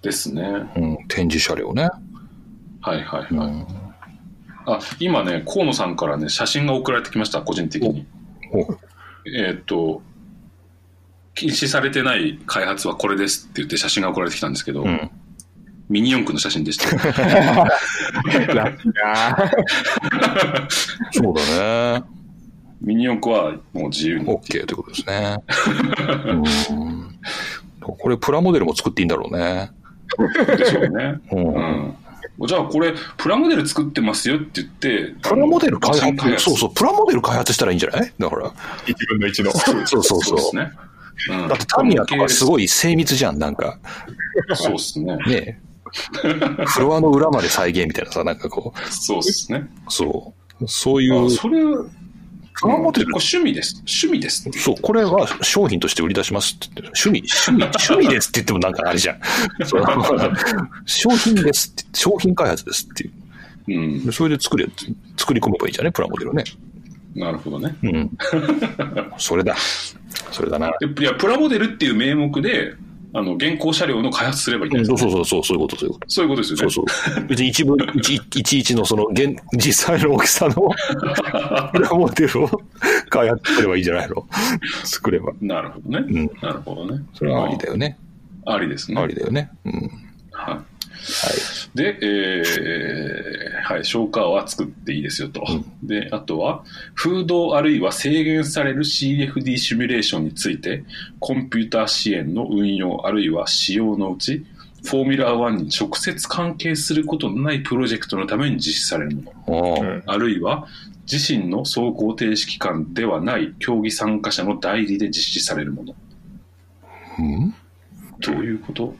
Speaker 3: ですね。は
Speaker 2: うん。展示車両ね。
Speaker 3: いはいうはい。
Speaker 2: ん。
Speaker 3: あ、今ね、河野さんからね、写真が送られてきました、個人的に。
Speaker 2: お
Speaker 3: えーっと、禁止されてない開発はこれですって言って写真が送られてきたんですけど、
Speaker 2: うん。
Speaker 3: ミニ四駆の写真でした。
Speaker 2: [laughs] そうだね。
Speaker 3: ミニ四駆はもう自由に。
Speaker 2: OK ということですね。うん。これ、プラモデルも作っていいんだろうね。
Speaker 3: でしょうね。
Speaker 2: う。
Speaker 3: うんん。じゃあこれ、プラモデル作ってますよって言って。
Speaker 2: プラモデル開
Speaker 3: あの写真
Speaker 2: 発、そうそう、プラモデル開発したらいいんじゃないだから。
Speaker 5: 1分の1の。
Speaker 2: そうそう
Speaker 3: そう
Speaker 2: そう
Speaker 3: で。すね。うん
Speaker 2: だってタミヤとかす
Speaker 3: い。
Speaker 2: ごい精密じゃん、なんか。
Speaker 3: そうですね。
Speaker 2: ねフロアの裏まで再現みたいなさ、なんかこ
Speaker 3: そうですね。
Speaker 2: う、そう。そうい
Speaker 3: あ
Speaker 2: う、
Speaker 3: それ、プ
Speaker 2: ラモデル
Speaker 3: 趣味です。趣味です。
Speaker 2: そう、これは商品として売り出しますって言って趣味、趣 [laughs] 味、趣味ですって言ってもなんかあれじゃん。そう商品ですって、商品開発ですっていう。
Speaker 3: うん。
Speaker 2: それで作れ、作り込めばいいじゃんね、プラモデルをね。
Speaker 3: なるほどね。
Speaker 2: うん。それだ。それだな。
Speaker 3: でいや、プラモデルっていう名目で、あの、現行車両の開発すればいいん
Speaker 2: う
Speaker 3: で
Speaker 2: ん
Speaker 3: す
Speaker 2: そう
Speaker 3: ね
Speaker 2: そうそう、そうそういうこと、そういうこと。
Speaker 3: そういうことですよね。
Speaker 2: そうそう。別に一部、一、一一のその、現、実際の大きさの、 [laughs] プラモデルを開発すればいいんじゃないの [laughs] 作れば。
Speaker 3: なるほどね。
Speaker 2: ん
Speaker 3: なるほどね。
Speaker 2: それはありだよね。
Speaker 3: ありですね。
Speaker 2: ありだよね。うん。
Speaker 3: はい。で、えーはい、消化は作っていいですよと。で、あとは、風洞あるいは制限される CFD シミュレーションについて、コンピューター支援の運用あるいは使用のうち、フォーミュラー1に直接関係することのないプロジェクトのために実施されるもの。
Speaker 2: ああ、
Speaker 5: うん
Speaker 3: あるいは、自身の走行停止期間ではない競技参加者の代理で実施されるもの。
Speaker 2: うん。
Speaker 3: どういうこと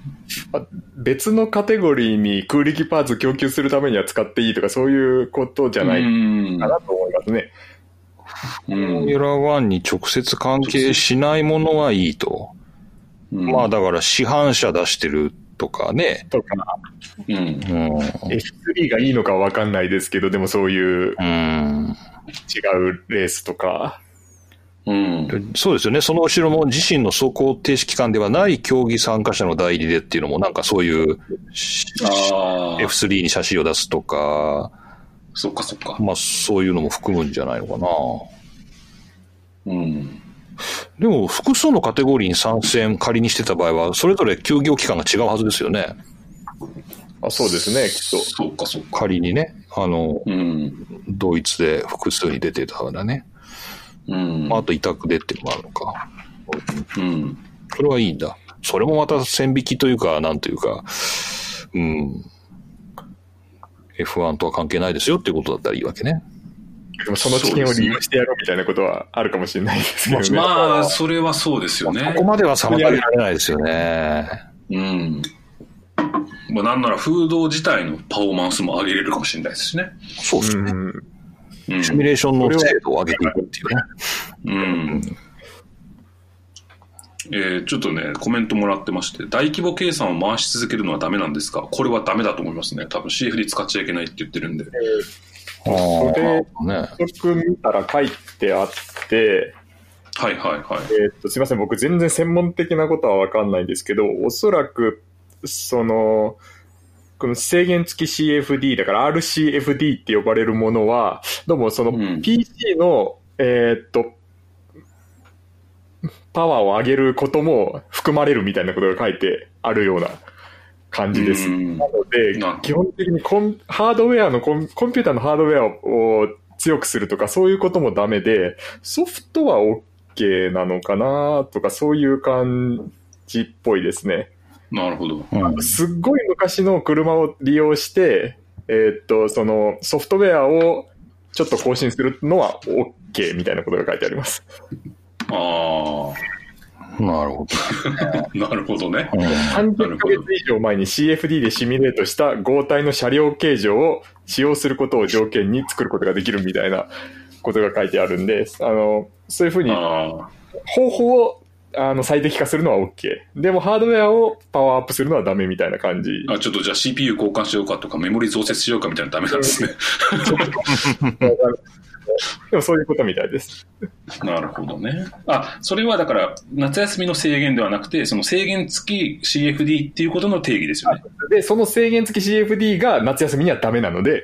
Speaker 5: あ別のカテゴリーに空力パーツ供給するためには使っていいとか、そういうことじゃな
Speaker 3: う
Speaker 5: い
Speaker 3: ん
Speaker 5: かなと思いますね。
Speaker 3: うん
Speaker 2: ミュラー1に直接関係しないものはいいと。
Speaker 3: うん
Speaker 2: まあだから市販車出してるとかね。
Speaker 5: とか、
Speaker 3: うん。
Speaker 2: うん。う
Speaker 5: F3 がいいのかわかんないですけど、でもそういう
Speaker 2: うん。
Speaker 5: 違うレースとか、
Speaker 3: うん。
Speaker 2: そうですよね。その後ろも自身の走行停止期間ではない競技参加者の代理でっていうのもなんかそういうし
Speaker 3: ああ。
Speaker 2: F3 に写真を出すとか、
Speaker 3: そっかそっか。
Speaker 2: まあそういうのも含むんじゃないのかな。
Speaker 3: うん。
Speaker 2: でも複数のカテゴリーに参戦仮にしてた場合は、それぞれ休業期間が違うはずですよね。
Speaker 5: あそうですね、きっ
Speaker 3: そっかそっか。
Speaker 2: 仮にね、あの、
Speaker 3: うん。
Speaker 2: 同一で複数に出てたからね。
Speaker 3: うん。
Speaker 2: まああと委託でっていうのもあるのか。
Speaker 3: うん。
Speaker 2: それはいいんだ。それもまた線引きというか、なんというか、うん。F1 とは関係ないですよっていうことだったらいいわけね。
Speaker 5: と。でもその知見を利用してやろうみたいなことはあるかもしれないですけどね。
Speaker 3: まあ、それはそうですよ
Speaker 2: こ
Speaker 3: ね
Speaker 2: こ。までは妨げられないですよね。
Speaker 3: うん。まあ、なんなら、風洞自体のパフォーマンスも上げれるかもしれないですしね。
Speaker 2: そうですね。
Speaker 5: うん
Speaker 3: うん
Speaker 2: シミュレーションの精度を上げていくっていうね。
Speaker 3: うん。えーちょっとね、コメントもらってまして、大規模計算を回し続けるのはダメなんですかこれはダメだと思いますね。多分 CFD 使っちゃいけないって言ってるんで。
Speaker 2: あー
Speaker 5: それ
Speaker 2: なるほどね。
Speaker 5: 僕見たら書いてあって、
Speaker 3: はいはいはい。
Speaker 5: えーっと、すいません、僕全然専門的なことはわかんないんですけど、おそらく、その、この制限付き CFD、だから RCFD って呼ばれるものは、どうもその
Speaker 3: うん
Speaker 5: PC の、えーっと、パワーを上げることも含まれるみたいなことが書いてあるような感じです。
Speaker 3: うん
Speaker 5: なので
Speaker 3: なるほど、
Speaker 5: 基本的にコンハードウェアのコン、コンピューターのハードウェアを強くするとか、そういうこともダメで、ソフトは OK なのかなとか、そういう感じっぽいですね。
Speaker 3: なるほど。
Speaker 2: うん
Speaker 5: すっごい昔の車を利用して、えーっと、そのソフトウェアをちょっと更新するのは OK みたいなことが書いてあります。
Speaker 3: あ
Speaker 2: なるほど。
Speaker 3: あ、なるほどね。
Speaker 5: 30ヶ月以上前に CFD でシミュレートした合体の車両形状を使用することを条件に作ることができるみたいなことが書いてあるんで、あの、そういうふうに
Speaker 3: あ
Speaker 5: 方法をあの最適化するのは OK。でもハードウェアをパワーアップするのはダメみたいな感じ。
Speaker 3: ーあ、ちょっとじゃあ CPU 交換しようかとか、メモリ増設しようかみたいなのダメなんで
Speaker 5: [laughs]
Speaker 3: すね。
Speaker 5: [laughs] でもそういうことみたいです。
Speaker 3: なるほどね。あ、それはだから、夏休みの制限ではなくて、その制限付き CFD っていうことの定義ですよね。
Speaker 5: で、その制限付き CFD が夏休みにはダメなので、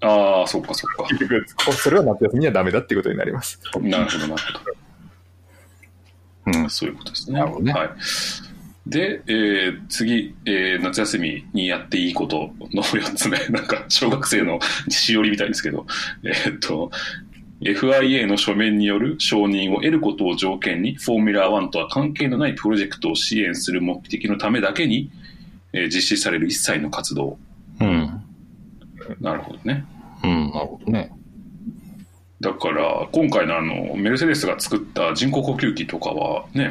Speaker 3: ああ、そっかそっか。
Speaker 5: 結局、それは夏休みにはダメだっていうことになります。
Speaker 3: なるほど、なるほど。
Speaker 2: うん
Speaker 3: そういうことですね。
Speaker 2: なるほどね
Speaker 3: はい、で、えー次、えー夏休みにやっていいことの4つ目、 [laughs] なんか小学生のしおりみたいですけど、えーっと、FIA の書面による承認を得ることを条件に、フォーミュラー1とは関係のないプロジェクトを支援する目的のためだけに、えー実施される一切の活動。
Speaker 2: うん。
Speaker 3: なるほどね。
Speaker 2: うん、なるほどね。
Speaker 3: だから、今回のあの、メルセデスが作った人工呼吸器とかは
Speaker 2: あ
Speaker 3: ね、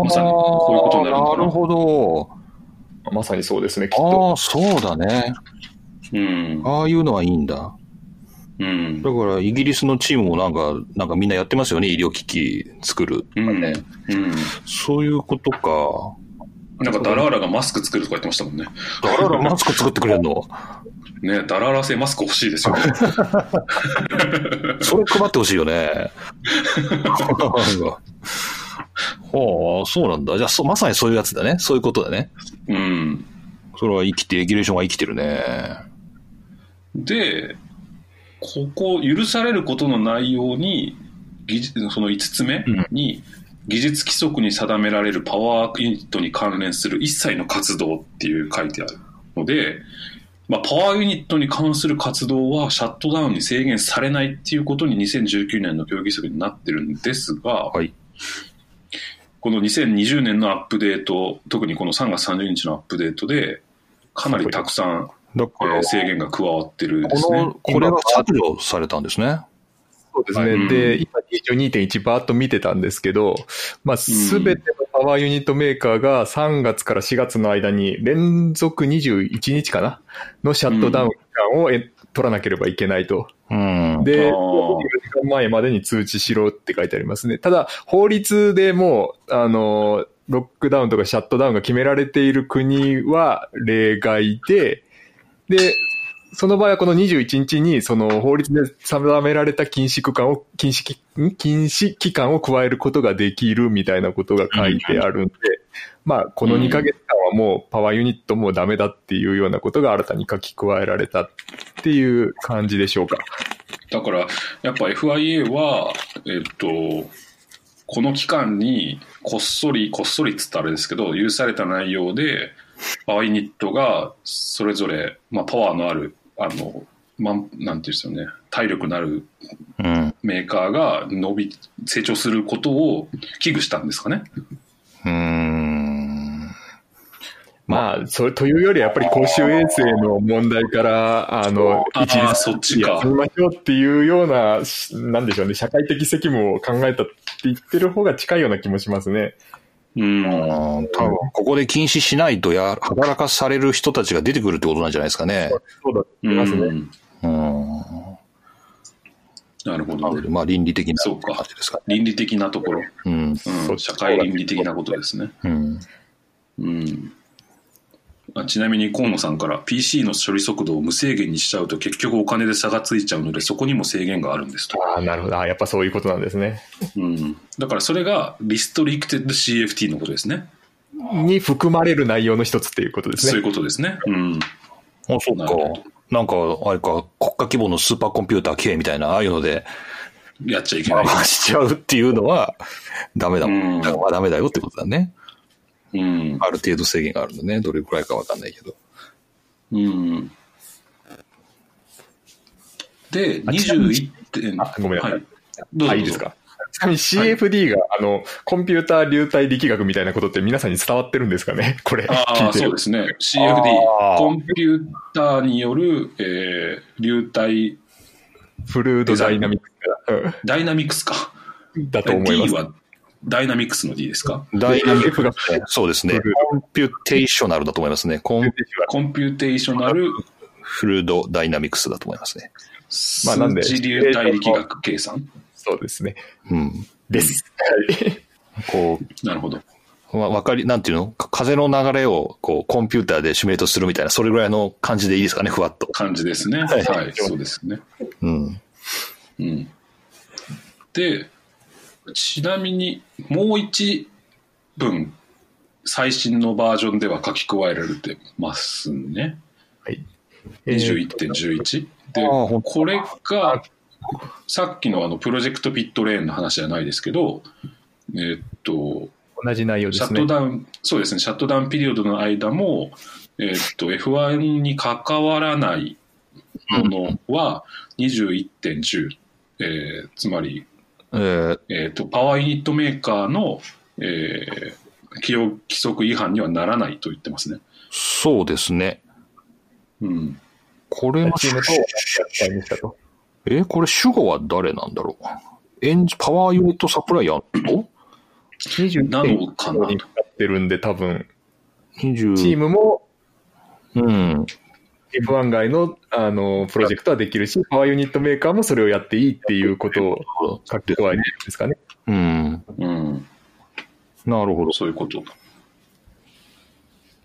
Speaker 2: あ、
Speaker 3: まさにこういうことになるのかな
Speaker 2: なるほど。
Speaker 5: まさにそうですね、きっと。
Speaker 2: ああ、そうだね。
Speaker 3: うん、
Speaker 2: ああいうのはいいんだ。
Speaker 3: うん、
Speaker 2: だから、イギリスのチームもなんか、なんかみんなやってますよね。医療機器作る。
Speaker 3: うん、
Speaker 2: ね
Speaker 3: うん。
Speaker 2: そういうことか。
Speaker 3: なんかダラーラがマスク作るとか言ってましたもんね。
Speaker 2: だからマスク作ってくれるの
Speaker 3: ねダラーラ製マスク欲しいですよね。
Speaker 2: それ配ってほしいよね。はあ、そうなんだ。じゃあそ、まさにそういうやつだね。そういうことだね。
Speaker 3: うん。
Speaker 2: それは生きて、レギュレーションは生きてるね。
Speaker 3: で、ここ、許されることの内容に、技術その5つ目
Speaker 2: うん
Speaker 3: に、技術規則に定められるパワーユニットに関連する一切の活動っていう書いてあるので、まあ、パワーユニットに関する活動はシャットダウンに制限されないっていうことに2019年の競技規則になってるんですが、
Speaker 2: はい
Speaker 3: この2020年のアップデート、特にこの3月30日のアップデートで、かなりたくさん、
Speaker 2: だ
Speaker 3: え
Speaker 2: か
Speaker 3: ー制限が加わってるです
Speaker 2: こ
Speaker 3: ね。
Speaker 2: の、これが削除されたんですね。
Speaker 5: そうです
Speaker 3: はい
Speaker 5: ね。
Speaker 3: う
Speaker 5: で、今22.1バーッと見てたんですけど、まあ、すべてのパワーユニットメーカーが3月から4月の間に連続21日かなのシャットダウン期間をえ取らなければいけないと。
Speaker 2: うん。
Speaker 5: で、
Speaker 3: あー
Speaker 5: 24時間前までに通知しろって書いてありますね。ただ、法律でもう、あの、ロックダウンとかシャットダウンが決められている国は例外で、で、その場合はこの21日に、その法律で定められた禁止区間を、禁止期、ん禁止期間を加えることができるみたいなことが書いてあるんで、まあ、この2ヶ月間はもうパワーユニットもうダメだっていうようなことが新たに書き加えられたっていう感じでしょうか。
Speaker 3: だから、やっぱ FIA は、えっと、この期間にこっそり、こっそりっつったらあれですけど、許された内容で、パワーユニットがそれぞれ、まあ、パワーのある、あの、まん、なんていうんですよね、体力のある
Speaker 2: うん。
Speaker 3: メーカーが伸び、成長することを危惧したんですかね。
Speaker 2: うん。
Speaker 5: まあ、それというよりはやっぱり公衆衛生の問題から、あの、
Speaker 3: あ
Speaker 5: 一
Speaker 3: あ、
Speaker 5: 律
Speaker 3: そっちか
Speaker 5: 休。みましょうっていうような、しなんでしょうね、社会的責務を考えたって言ってる方が近いような気もしますね。
Speaker 3: うん。
Speaker 2: 多分ここで禁止しないとや、働かされる人たちが出てくるってことなんじゃないですかね。
Speaker 5: そうだと
Speaker 3: う
Speaker 5: 思いますね。
Speaker 3: ん
Speaker 2: うん。
Speaker 3: なるほ
Speaker 2: あ
Speaker 3: ど、ね
Speaker 2: る。まあ、倫理的な
Speaker 3: そうか
Speaker 2: 感じですかね。
Speaker 3: 倫理的なところ、
Speaker 2: うん。
Speaker 3: うん、社会倫理的なことですね。
Speaker 2: うん。
Speaker 3: うんあちなみに河野さんから PC の処理速度を無制限にしちゃうと結局お金で差がついちゃうのでそこにも制限があるんですと、
Speaker 5: ああ、なるほど。あーやっぱそういうことなんですね。
Speaker 3: うん、だからそれがリストリクテッド CFT のことですね
Speaker 5: に含まれる内容の一つっていうことで
Speaker 3: そう
Speaker 5: す
Speaker 3: いう
Speaker 5: ね。
Speaker 3: ことですねうん
Speaker 2: あ、そっか
Speaker 3: なるほど。
Speaker 2: なんか、あれか、国家規模のスーパーコンピューター K みたいな、ああいうので、
Speaker 3: やっちゃいけない
Speaker 2: 回、しちゃうっていうのは、ダメだも
Speaker 3: うん
Speaker 2: ん。だからダメだよってことだね。
Speaker 3: うん
Speaker 2: ある程度制限があるのね。どれくらいかわかんないけど。
Speaker 3: うん、で
Speaker 5: ちなみに
Speaker 3: 21点
Speaker 5: あごめんなさい
Speaker 3: はい、どうぞ
Speaker 5: あ、いいですか。ちなみに CFD が、あの、コンピューター流体力学みたいなことって皆さんに伝わってるんですかねこれ、
Speaker 3: あ
Speaker 5: 聞
Speaker 3: あ、
Speaker 5: いて
Speaker 3: そう
Speaker 5: る
Speaker 3: で。すね。CFD、
Speaker 5: あー
Speaker 3: コンピューターによる、えー、流体、
Speaker 5: フルードダイナミックな
Speaker 3: ダイナミクスか。
Speaker 5: うんだと思いま
Speaker 3: D
Speaker 5: す。
Speaker 3: はダイナミクスの D ですか
Speaker 2: ダイナミッ
Speaker 5: F
Speaker 2: ク
Speaker 5: が
Speaker 2: そうですね。コンピューテーショナルだと思いますね。コン
Speaker 3: コンピューテーショナル
Speaker 2: フルードダイナミクスだと思いますね。
Speaker 3: 数
Speaker 5: まあなんで
Speaker 3: 値流体力学計算。
Speaker 5: そうですね。
Speaker 2: うん。
Speaker 5: [laughs] です。
Speaker 2: こ
Speaker 3: なるほど。
Speaker 2: う、わわかり、なんていうのか風の流れを、こう、コンピューターでシミュレートするみたいな、それぐらいの感じでいいですかね、ふわっと。
Speaker 3: 感じですね。
Speaker 2: はい
Speaker 3: はい、そうですね。
Speaker 2: うん。
Speaker 3: うん。で、ちなみにもう一文、最新のバージョンでは書き加えられてますね。
Speaker 5: はい。
Speaker 3: 21.11。で
Speaker 2: ああほん、
Speaker 3: これが、さっきのあのプロジェクトピットレーンの話じゃないですけど、えーっと、
Speaker 5: 同じ内容で
Speaker 3: シャ
Speaker 5: す
Speaker 3: ッ
Speaker 5: ね
Speaker 3: ト。ダウン、そうですね、シャットダウンピリオドの間も、えーっと、F1 に関わらないものは21.10、えーつまり、
Speaker 2: えー、
Speaker 3: えーっと、パワーユニットメーカーの、えー規約規則違反にはならないと言ってますね。
Speaker 2: そうですね。
Speaker 3: うん。
Speaker 2: これの
Speaker 5: チームとやったんでしたと。
Speaker 2: えーこれ主語は誰なんだろうエンジパワーユニットサプライヤーの
Speaker 3: なのかな
Speaker 5: にかかってるんで、多分、
Speaker 2: 20
Speaker 5: チームも
Speaker 2: うん。
Speaker 5: F1 外のあのプロジェクトはできるし、パワーユニットメーカーもそれをやっていいっていうことを書き加えてるんですかね。
Speaker 2: うん。
Speaker 3: うん。
Speaker 2: なるほど。
Speaker 3: そういうこと。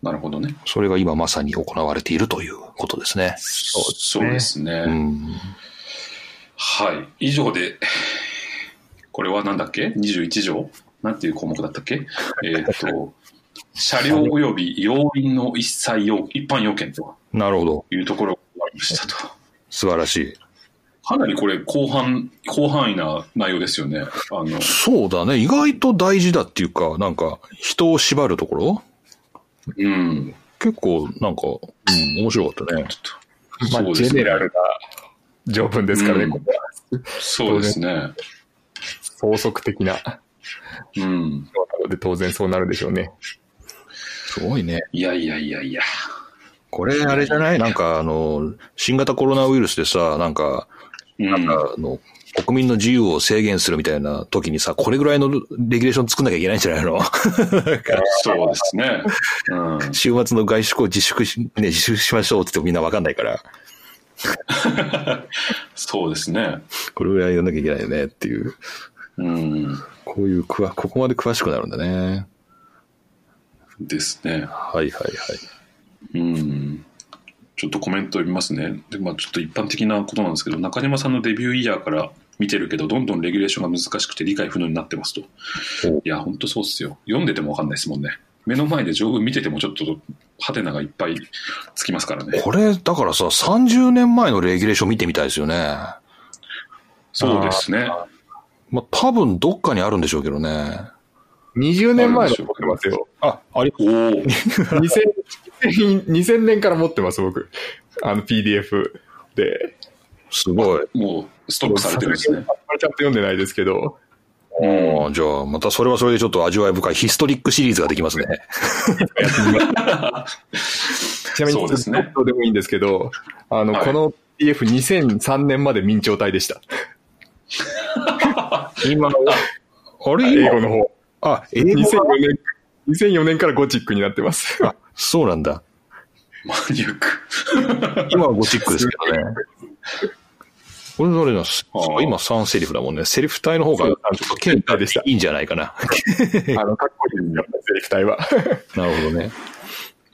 Speaker 3: なるほどね。
Speaker 2: それが今まさに行われているということですね。
Speaker 3: そうですね。
Speaker 2: うん。
Speaker 3: はい。以上で、これはなんだっけ ?21 条なんていう項目だったっけえーっと、車両及び要員の一切要、一般要件と
Speaker 2: なるほど。
Speaker 3: いうところがありましたと。
Speaker 2: 素晴らしい。
Speaker 3: かなりこれ、広範、広範囲な内容ですよね。あの、
Speaker 2: そうだね。意外と大事だっていうか、なんか、人を縛るところ
Speaker 3: うん。
Speaker 2: 結構、なんか、うん、面白かったね。
Speaker 5: ま
Speaker 3: そ
Speaker 5: あ、
Speaker 3: うで
Speaker 5: ジェ
Speaker 3: すね
Speaker 5: ネラルな条文ですからね、
Speaker 3: うん
Speaker 5: ここは
Speaker 3: そうですね。
Speaker 5: 創則的な
Speaker 3: うん。
Speaker 5: ので、当然そうなるでしょうね。
Speaker 2: すごいね。
Speaker 3: いやいやいやいや。
Speaker 2: これ、あれじゃないなんか、あの、新型コロナウイルスでさ、なんか、
Speaker 3: うん。
Speaker 2: あの、国民の自由を制限するみたいな時にさ、これぐらいのレギュレーション作んなきゃいけないんじゃない [laughs] の
Speaker 3: そうですね。うん。
Speaker 2: 週末の外出を自粛し、ね、自粛しましょうって言ってもみんなわかんないから、
Speaker 3: そうですね。
Speaker 2: これぐらいやんなきゃいけないよねっていう。
Speaker 3: うん。
Speaker 2: こういうくわ、ここまで詳しくなるんだね。
Speaker 3: ですね。
Speaker 2: はいはいはい。
Speaker 3: うんちょっとコメント読みますね。で、まあちょっと一般的なことなんですけど、中島さんのデビューイヤーから見てるけど、どんどんレギュレーションが難しくて理解不能になってますと。い
Speaker 2: お
Speaker 3: や、ほんとそうっすよ。読んでてもわかんないですもんね。目の前で条文見ててもちょっと、ハテナがいっぱいつきますからね。
Speaker 2: これ、だからさ、30年前のレギュレーション見てみたいですよね。
Speaker 3: そうですね。
Speaker 2: まあ、多分どっかにあるんでしょうけどね。
Speaker 5: 20年前の持ってますよ。
Speaker 2: あ、あり
Speaker 3: おお
Speaker 5: 2000, 2000年から持ってます、僕。あの PDF で。
Speaker 2: すごい。
Speaker 3: もうストックされてるんで
Speaker 2: [laughs]
Speaker 3: すね。
Speaker 5: あんまりちゃんと読んでないですけど。
Speaker 3: うん
Speaker 2: あじゃあ、またそれはそれでちょっと味わい深いヒストリックシリーズができますね。
Speaker 5: ちなみ
Speaker 3: そう
Speaker 5: に、
Speaker 3: です
Speaker 5: ち
Speaker 3: ね
Speaker 5: ょっとでもいいんですけど、あの、
Speaker 3: はい
Speaker 5: この PDF2003 年まで明朝体
Speaker 3: [laughs]
Speaker 5: でした。
Speaker 2: 今、あれ
Speaker 5: 英
Speaker 2: 今
Speaker 5: 語の方。
Speaker 2: あ、英語
Speaker 5: 2004年、2004年からゴチックになってます。
Speaker 2: [laughs] そうなんだ。
Speaker 3: マニアック。
Speaker 2: 今はゴチックですけどね。これどれなんです
Speaker 3: あー
Speaker 2: そう今3セリフだもんね。セリフ体の方が、ちょっと健太でした。いいんじゃないかな。
Speaker 5: あの、かっこいいですよね、セリフ体は。
Speaker 2: [laughs] なるほどね。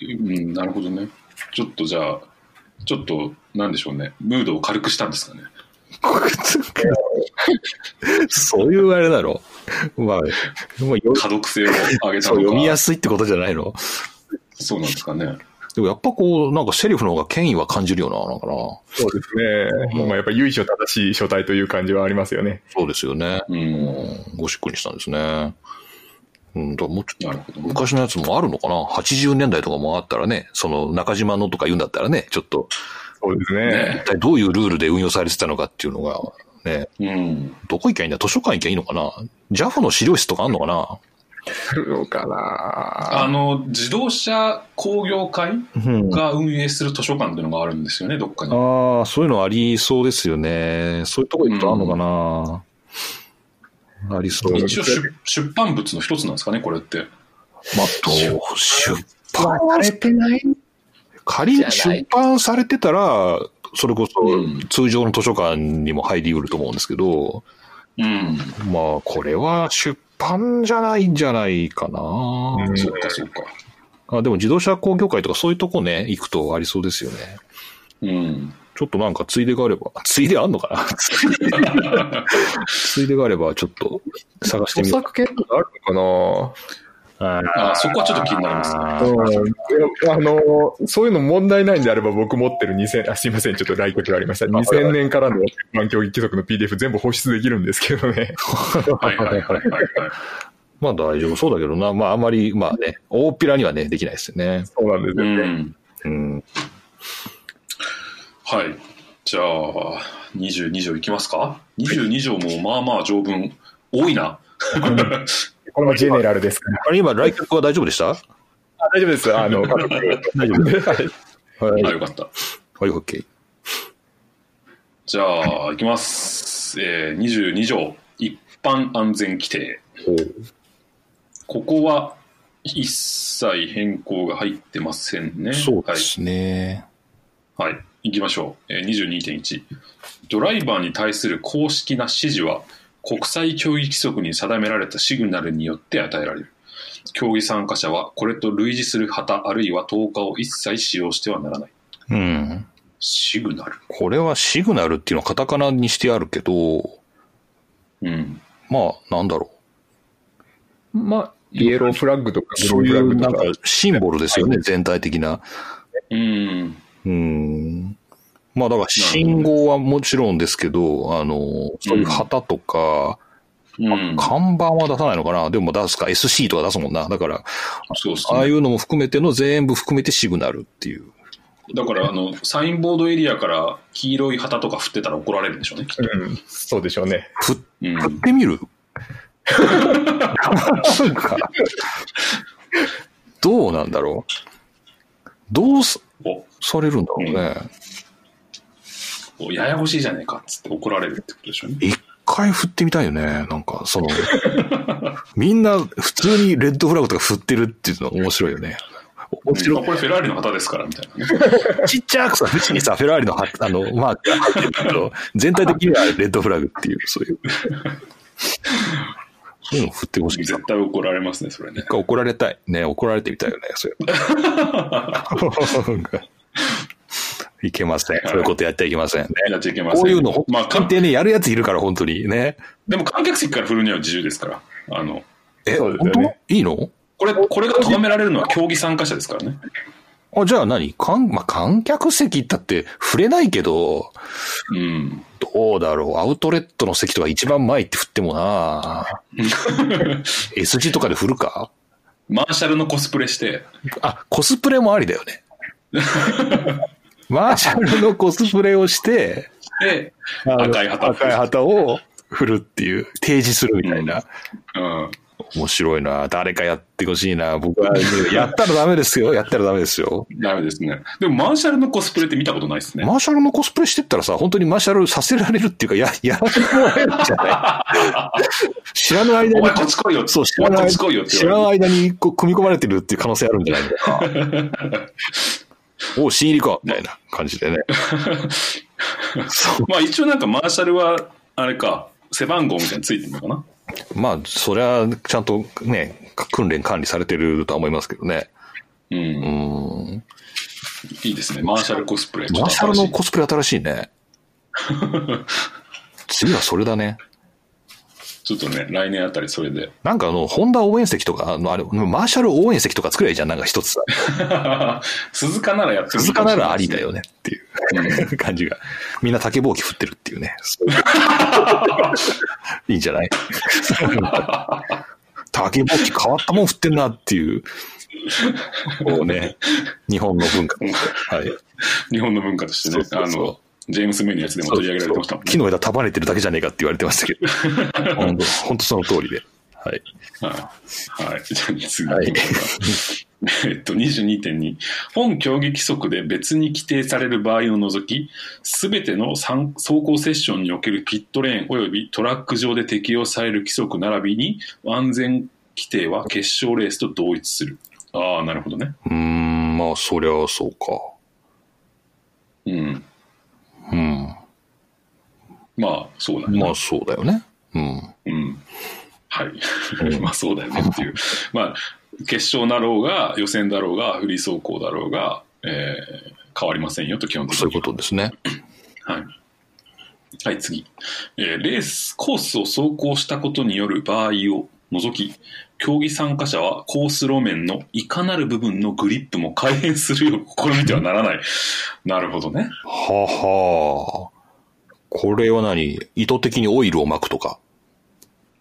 Speaker 3: うん、なるほどね。ちょっとじゃあ、ちょっと、なんでしょうね。ムードを軽くしたんですかね。
Speaker 2: [laughs] そういうあれだろ。まあ、まあ、よ
Speaker 3: 可読性を上げた
Speaker 2: そう
Speaker 3: の
Speaker 2: 読みや
Speaker 3: か。
Speaker 2: すいってことじゃないの。
Speaker 3: そうなんですかね。
Speaker 2: でもやっぱこう、なんかセリフの方が権威は感じるよな、なんかな。
Speaker 5: そうですね。もうやっぱ由緒正しい書体という感じはありますよね。
Speaker 2: そうですよね。
Speaker 3: うん。
Speaker 2: ゴシックにしたんですね。うん、だからもうちょ
Speaker 3: な
Speaker 2: っ
Speaker 3: る
Speaker 2: と
Speaker 3: ほどね。
Speaker 2: 昔のやつもあるのかな ?80 年代とかもあったらね、その中島のとか言うんだったらね、ちょっと
Speaker 5: そうですね。
Speaker 3: ね
Speaker 2: 一体どういうルールで運用されてたのかっていうのが、ね、
Speaker 3: うん。
Speaker 2: どこ行きゃいいんだ図書館行きゃいいのかな ?JAF の資料室とかあんのかな
Speaker 5: あるのかな
Speaker 3: あの、自動車工業会
Speaker 2: うん
Speaker 3: が運営する図書館っていうのがあるんですよね、どっかに。
Speaker 2: ああ、そういうのありそうですよね。そういうとこ行くとあんのかな、ありそう。
Speaker 3: 一応出出版物の一つなんですかね、これって。
Speaker 2: まあ、どう出版
Speaker 5: されてない
Speaker 2: 仮に出版されてたら、それこ
Speaker 3: うん
Speaker 2: そ通常の図書館にも入りうると思うんですけど、
Speaker 3: うん。
Speaker 2: まあ、これは出版じゃないんじゃないかな、
Speaker 5: うん
Speaker 3: そっかそっか。
Speaker 2: あでも自動車工業会とかそういうとこね、行くとありそうですよね。
Speaker 3: うん。
Speaker 2: ちょっとなんかついでがあれば、ついであんのかなついでがあれば、ちょっと探して
Speaker 5: 著
Speaker 2: みよう。
Speaker 5: 作権とかあるの
Speaker 3: あそこはちょっと気になりますね。
Speaker 2: あ
Speaker 5: かなうんあの、そういうの問題ないんであれば僕持ってる2000、あ、すいません、ちょっと来客がありました。2000年からの出版競技規則の PDF 全部放出できるんですけどね。
Speaker 3: はいはいはいはいはい。
Speaker 2: まあ大丈夫そうだけどな。まああんまり、まあね、大っぴらにはね、できないですよね。
Speaker 5: [laughs] そうなんです
Speaker 3: う
Speaker 5: よね。
Speaker 3: ん。
Speaker 2: うん。
Speaker 3: はい。じゃあ、22条いきますか ?22 条もまあまあ条文多いな。
Speaker 5: これもジェネラルですから。
Speaker 2: あれ今、来客は大丈夫でした
Speaker 5: あ大丈夫です。あ [laughs] の、家族
Speaker 2: 大丈夫です。
Speaker 5: はい
Speaker 2: はい。
Speaker 3: あ、
Speaker 2: はい、
Speaker 3: よかった。
Speaker 2: OK。
Speaker 3: じゃあ、いきます。えー、22条、一般安全規定。ここは一切変更が入ってませんね。
Speaker 2: そうですね。
Speaker 3: はい。はい。いきましょう。えー、22.1。ドライバーに対する公式な指示は、国際競技規則に定められたシグナルによって与えられる。競技参加者は、これと類似する旗あるいは投下を一切使用してはならない。
Speaker 2: うん。
Speaker 3: シグナル。
Speaker 2: これはシグナルっていうのはカタカナにしてあるけど、
Speaker 3: うん。
Speaker 2: まあ、なんだろ
Speaker 5: まあ、イエローフラッグとか
Speaker 2: う。そ
Speaker 5: グ
Speaker 2: う
Speaker 5: リ
Speaker 2: い
Speaker 5: ーン
Speaker 2: う、
Speaker 5: フラ
Speaker 2: な
Speaker 5: ッ
Speaker 2: ん
Speaker 5: グ
Speaker 2: か
Speaker 5: とか。、
Speaker 2: シンボルですよね、全体的な。
Speaker 3: うん。
Speaker 2: うん。まあ、だから、信号はもちろんですけど、あの、そういう旗とか、
Speaker 3: うん。
Speaker 2: 看板は出さないのかなでも出すか、SC とか出すもんな。だから、
Speaker 3: そうです
Speaker 2: ああい
Speaker 3: ね。
Speaker 2: うのも含めての全部含めてシグナルっていう。
Speaker 3: だから、あの、サインボードエリアから黄色い旗とか振ってたら怒られるんでしょうね、きっと。
Speaker 5: うん、そうでしょうね。
Speaker 3: うん。
Speaker 2: 振ってみるなんかどうなんだろうどうす
Speaker 3: お
Speaker 2: されるんだろうね。
Speaker 3: おややこしいじゃねえかっつって怒られるってことでしょうね。
Speaker 2: 一回振ってみたいよね。なんか、その、みんな普通にレッドフラグとか振ってるっていうのは面白いよね。面白い
Speaker 3: まあこれフェラーリの旗ですからみたいなね。
Speaker 2: ちっちゃくさ、縁にさ、フェラーリのはあのマークが入ってるけど、全体的にはレッドフラグっていう、そういう。そういうの振ってほしい。一
Speaker 3: 絶対怒られますね、それね。
Speaker 2: 回怒られたい。ね、怒られてみたいよね、そういうの。いけません。そういうことやってはいけませんね。
Speaker 3: やっちゃいけません、
Speaker 2: こういうの、
Speaker 3: まあ、か
Speaker 2: 鑑定ね、やるやついるから、本当に。ね。
Speaker 3: でも観客席から振るには自由ですから。あの、
Speaker 2: え、
Speaker 5: そうです
Speaker 2: 本
Speaker 5: よね
Speaker 2: 当いいの
Speaker 3: これ、これが咎められるのは競技参加者ですからね。
Speaker 2: あ、じゃあ何かん、まあ、観客席だって触れないけど、
Speaker 3: うん。
Speaker 2: どうだろう。アウトレットの席とか一番前って振ってもな S 字とかで振るか
Speaker 3: マーシャルのコスプレして、
Speaker 2: あ、コスプレもありだよね。マーシャルのコスプレをして、
Speaker 3: で、赤い旗
Speaker 2: 赤い旗を振るっていう、提示するみたいな。
Speaker 3: うん。
Speaker 2: 面白いな。誰かやってほしいな。僕は、やったらダメですよ。やったらダメですよ。
Speaker 3: ダメですね。でも、マーシャルのコスプレって見たことないですね。
Speaker 2: マーシャルのコスプレしてったらさ、本当にマーシャルさせられるっていうか、や、やらせてもらえるんじゃない
Speaker 3: [laughs]
Speaker 2: 知らぬ間
Speaker 3: お
Speaker 2: に
Speaker 3: 前、こっち来いよ
Speaker 2: そう、知
Speaker 3: お
Speaker 2: ら
Speaker 3: 前
Speaker 2: ない
Speaker 3: こっち来いよって
Speaker 2: 知
Speaker 3: 言
Speaker 2: ら
Speaker 3: わ
Speaker 2: な
Speaker 3: れ
Speaker 2: い間にこう組み込まれてるっていう可能性あるんじゃ
Speaker 3: [laughs]
Speaker 2: ないのかな。おう、新入りか、みたいな感じでね。
Speaker 3: まあ一応なんかマーシャルは、あれか、背番号みたいについてるのかな
Speaker 2: まあ、そりゃ、ちゃんとね、訓練管理されてるとは思いますけどね。
Speaker 3: うん。
Speaker 2: うん。
Speaker 3: いいですね。マーシャルコスプレ。
Speaker 2: マーシャル
Speaker 3: ちょ
Speaker 2: の
Speaker 3: っと
Speaker 2: コスプレ新しい
Speaker 3: [laughs]
Speaker 2: ね。次はそれだね。
Speaker 3: 新しいちょっとね、来年あたりそれで。 [laughs]
Speaker 2: なんかあの、ホンダ応援席とか、あの、あれ、マーシャル応援席とか作りゃいいじゃん。なんか一
Speaker 3: [laughs]
Speaker 2: つさ。
Speaker 3: 鈴鹿ならやってもいい
Speaker 2: 鈴
Speaker 3: か
Speaker 2: 鹿
Speaker 3: もし
Speaker 2: な
Speaker 3: れ
Speaker 2: ら
Speaker 3: な
Speaker 2: あり
Speaker 3: いですね
Speaker 2: だよねっていう感じが。みんな竹ぼうき振ってるっていうね。
Speaker 3: [laughs]
Speaker 2: そういういいんじゃない竹ぼうき変わったもん振ってんなっていう。こうね。日本の文化として。はい。
Speaker 3: 日本の文化としてね。
Speaker 2: そうそうそう
Speaker 3: あの、ジェームス・メイのやつでも取り上げられてましたもんね
Speaker 2: 木。の枝束ねてるだけじゃねえかって言われてましたけ
Speaker 3: [laughs]
Speaker 2: ど。本当本当その通りで。はい。
Speaker 3: はい。はいじゃあ次
Speaker 2: はい
Speaker 3: 行きますか。 [laughs] えっと、22.2。本競技規則で別に規定される場合を除き、すべての参走行セッションにおけるピットレーン及びトラック上で適用される規則並びに、安全規定は決勝レースと同一する。ああ、なるほどね。
Speaker 2: うーん、まあ、そりゃそうか。
Speaker 3: うん。
Speaker 2: うん。
Speaker 3: まあ、そうだね。
Speaker 2: まあ、そうだよね。うん。
Speaker 3: うん。はい。 [laughs] まあそうだよねっていう。まあ、決勝だろうが、予選だろうが、フリー走行だろうが、えー変わりませんよと基本的に
Speaker 2: そういうことですね。
Speaker 3: はい。はい、次。えーレース、コースを走行したことによる場合を除き、競技参加者はコース路面のいかなる部分のグリップも改変するよう試みてはならない。 [laughs] なるほどね。
Speaker 2: ははこれは何意図的にオイルを巻くとか。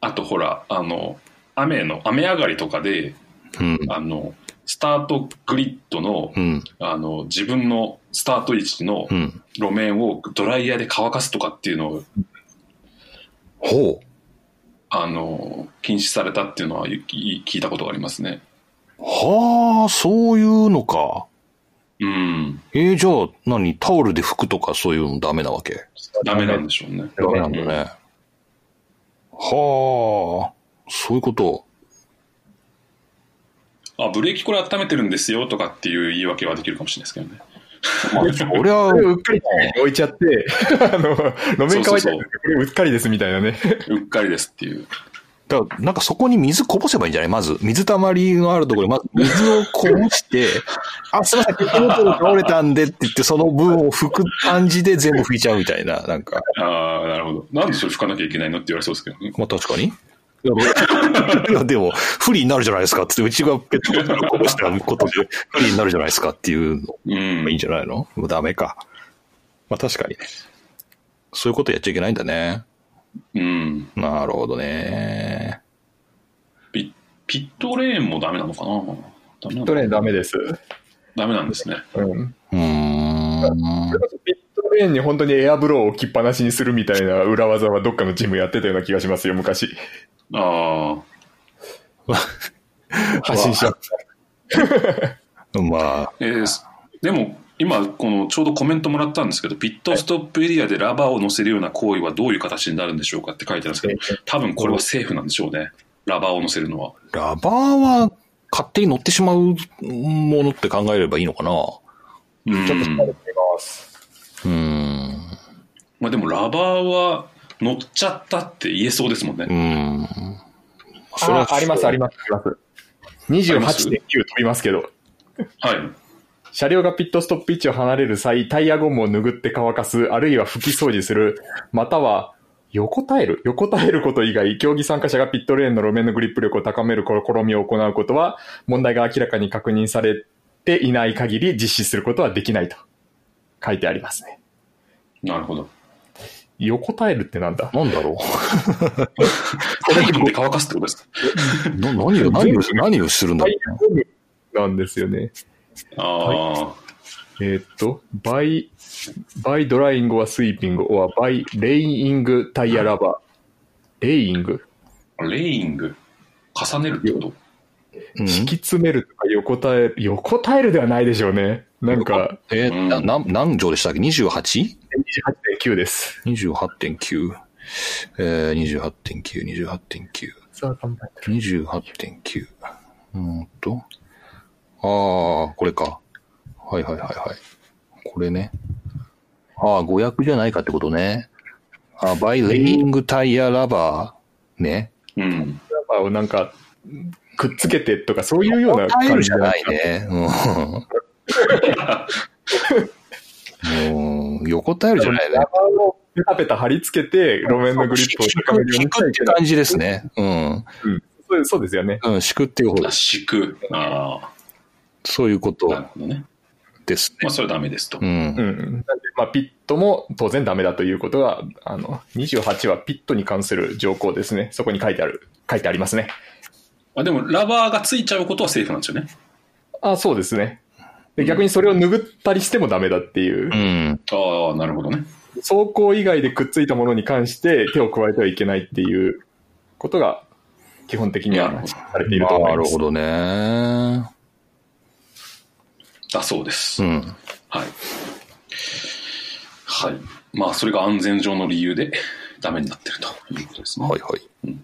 Speaker 3: あとほら、あの、雨の、雨上がりとかで、
Speaker 2: うん。
Speaker 3: あの、スタートグリッドの
Speaker 2: うん。
Speaker 3: あの自分のスタート位置の
Speaker 2: うん。
Speaker 3: 路面をドライヤーで乾かすとかっていうのを
Speaker 2: ほう。
Speaker 3: あの禁止されたっていうのはゆき聞いたことがありますね。
Speaker 2: はあ、そういうのか。
Speaker 3: うん、
Speaker 2: えー、じゃあ、何タオルで拭くとかそういうのダメなわけ
Speaker 3: ダメなんでしょうね。
Speaker 2: ダメなんだね。はあ、そういうこと。
Speaker 3: あ、ブレーキこれ温めてるんですよとかっていう言い訳はできるかもしれないですけどね。
Speaker 2: 俺は
Speaker 5: こ、れうっかり置いちゃって、あの、路面乾いちゃっ
Speaker 3: そうそ
Speaker 5: て、
Speaker 3: うそう
Speaker 5: これうっかりですみたいなね。
Speaker 3: うっかりですっていう。
Speaker 2: だからなんかそこに水こぼせばいいんじゃないまず、水たまりのあるところに、まず水をこぼして、あ、すいません、ペットボトル倒れたんでって言って、その分を拭く感じで全部拭いちゃうみたいな、なんか。
Speaker 3: ああ、なるほど。なんでそれ拭かなきゃいけないのって言われそうですけどね。
Speaker 2: まあ確かに。いや、でも、不利になるじゃないですかっつって、うちがペットボトルをこぼしたことで、不利になるじゃないですかっていうの
Speaker 3: うん
Speaker 2: がいいんじゃないの、もうダメか。まあ確かにね。そういうことやっちゃいけないんだね。
Speaker 3: うん。
Speaker 2: なるほどね。
Speaker 3: ピピットレーンもダメなのかなダメなの
Speaker 5: トレーンダメです。
Speaker 3: ダメなんですね。
Speaker 5: うん。
Speaker 2: うーん
Speaker 5: それ。こそピットレーンに本当にエアブローを置きっぱなしにするみたいな裏技はどっかのチームやってたような気がしますよ、昔。
Speaker 3: ああ、
Speaker 5: 発信しちゃっ
Speaker 2: [laughs] まあ、
Speaker 3: えーすでも今このちょうどコメントもらったんですけどピットストップエリアでラバーを乗せるような行為はどういう形になるんでしょうかって書いてあるんですけど多分これはセーフなんでしょうねラバーを乗せるのは
Speaker 2: ラバーは勝手に乗ってしまうものって考えればいいのかな
Speaker 3: う
Speaker 5: ちょっと疲れ
Speaker 3: ん
Speaker 5: てます。
Speaker 2: うーん。
Speaker 3: まあでもラバーは乗っちゃったって言えそうですもんね
Speaker 2: うーん。それ
Speaker 5: あ
Speaker 2: は
Speaker 5: あります、あります、あります。28.9飛びますけど、
Speaker 3: はい
Speaker 5: 車両がピットストップ位置を離れる際、タイヤゴムを拭って乾かす、あるいは拭き掃除する、または、横たえる横たえること以外、競技参加者がピットレーンの路面のグリップ力を高める試みを行うことは、問題が明らかに確認されていない限り実施することはできないと書いてありますね。
Speaker 3: なるほど
Speaker 5: 横たえるってなんだ
Speaker 2: なんだろ [laughs]
Speaker 3: タイルで乾かすってことですか
Speaker 2: うな何を、何を、何をするんだろう
Speaker 5: なんですよね。
Speaker 3: あ
Speaker 5: えーっと、バイ、バイドライングはスイーピング、はバイレイングタイヤラバー。レイング
Speaker 3: あレイング重ねるってこと
Speaker 2: うん
Speaker 5: 敷き詰めるとか横たえる、横たえるではないでしょうね。なんか、
Speaker 2: え
Speaker 3: うん
Speaker 2: ー、なな何畳でしたっけ ?28?
Speaker 5: 28.9です。
Speaker 2: 28.9。えー、28.9、28.9。28.9。うーんと。ああ、これか。はいはいはいはい。これね。ああ、誤訳じゃないかってことね。ああ、バイレイングタイヤラバーね。
Speaker 3: うん。
Speaker 5: ラバーをなんか、くっつけてとか、そういうような
Speaker 2: タイ
Speaker 5: 感
Speaker 2: ル
Speaker 5: じ
Speaker 2: じゃないね。うん [laughs] もう、横タイルじゃないね。
Speaker 5: ラバーをペタペタ貼り付けて、路面のグリップを高めるよう
Speaker 2: 引
Speaker 5: に
Speaker 2: くって感じですね。うん。
Speaker 5: そうそうですよね。
Speaker 2: うん、敷くっていう方
Speaker 3: あ、敷く。あ
Speaker 2: そういうこ
Speaker 3: あ。なる
Speaker 2: と
Speaker 3: ほどね。
Speaker 2: です
Speaker 3: まあ、それはダメですと。
Speaker 2: ね。うん
Speaker 5: う。ん。なんで、まあ、ピットも当然ダメだということが、あの、28はピットに関する条項ですね。そこに書いてある、書いてありますね。
Speaker 3: あでも、ラバーがついちゃうことはセーフなんですよね。
Speaker 5: あ、そうですね。で逆にそれを拭ったりしてもダメだっていう、
Speaker 2: うん。
Speaker 3: ああ、なるほどね。
Speaker 5: 走行以外でくっついたものに関して手を加えてはいけないっていうことが、基本的に
Speaker 3: なる
Speaker 5: は
Speaker 3: ほど
Speaker 5: されていると思
Speaker 2: ないる
Speaker 5: ます。
Speaker 2: ほどね。
Speaker 3: だそうです。
Speaker 2: うん。
Speaker 3: はい。はい。まあ、それが安全上の理由でダメになってるということですね。
Speaker 2: はいはい。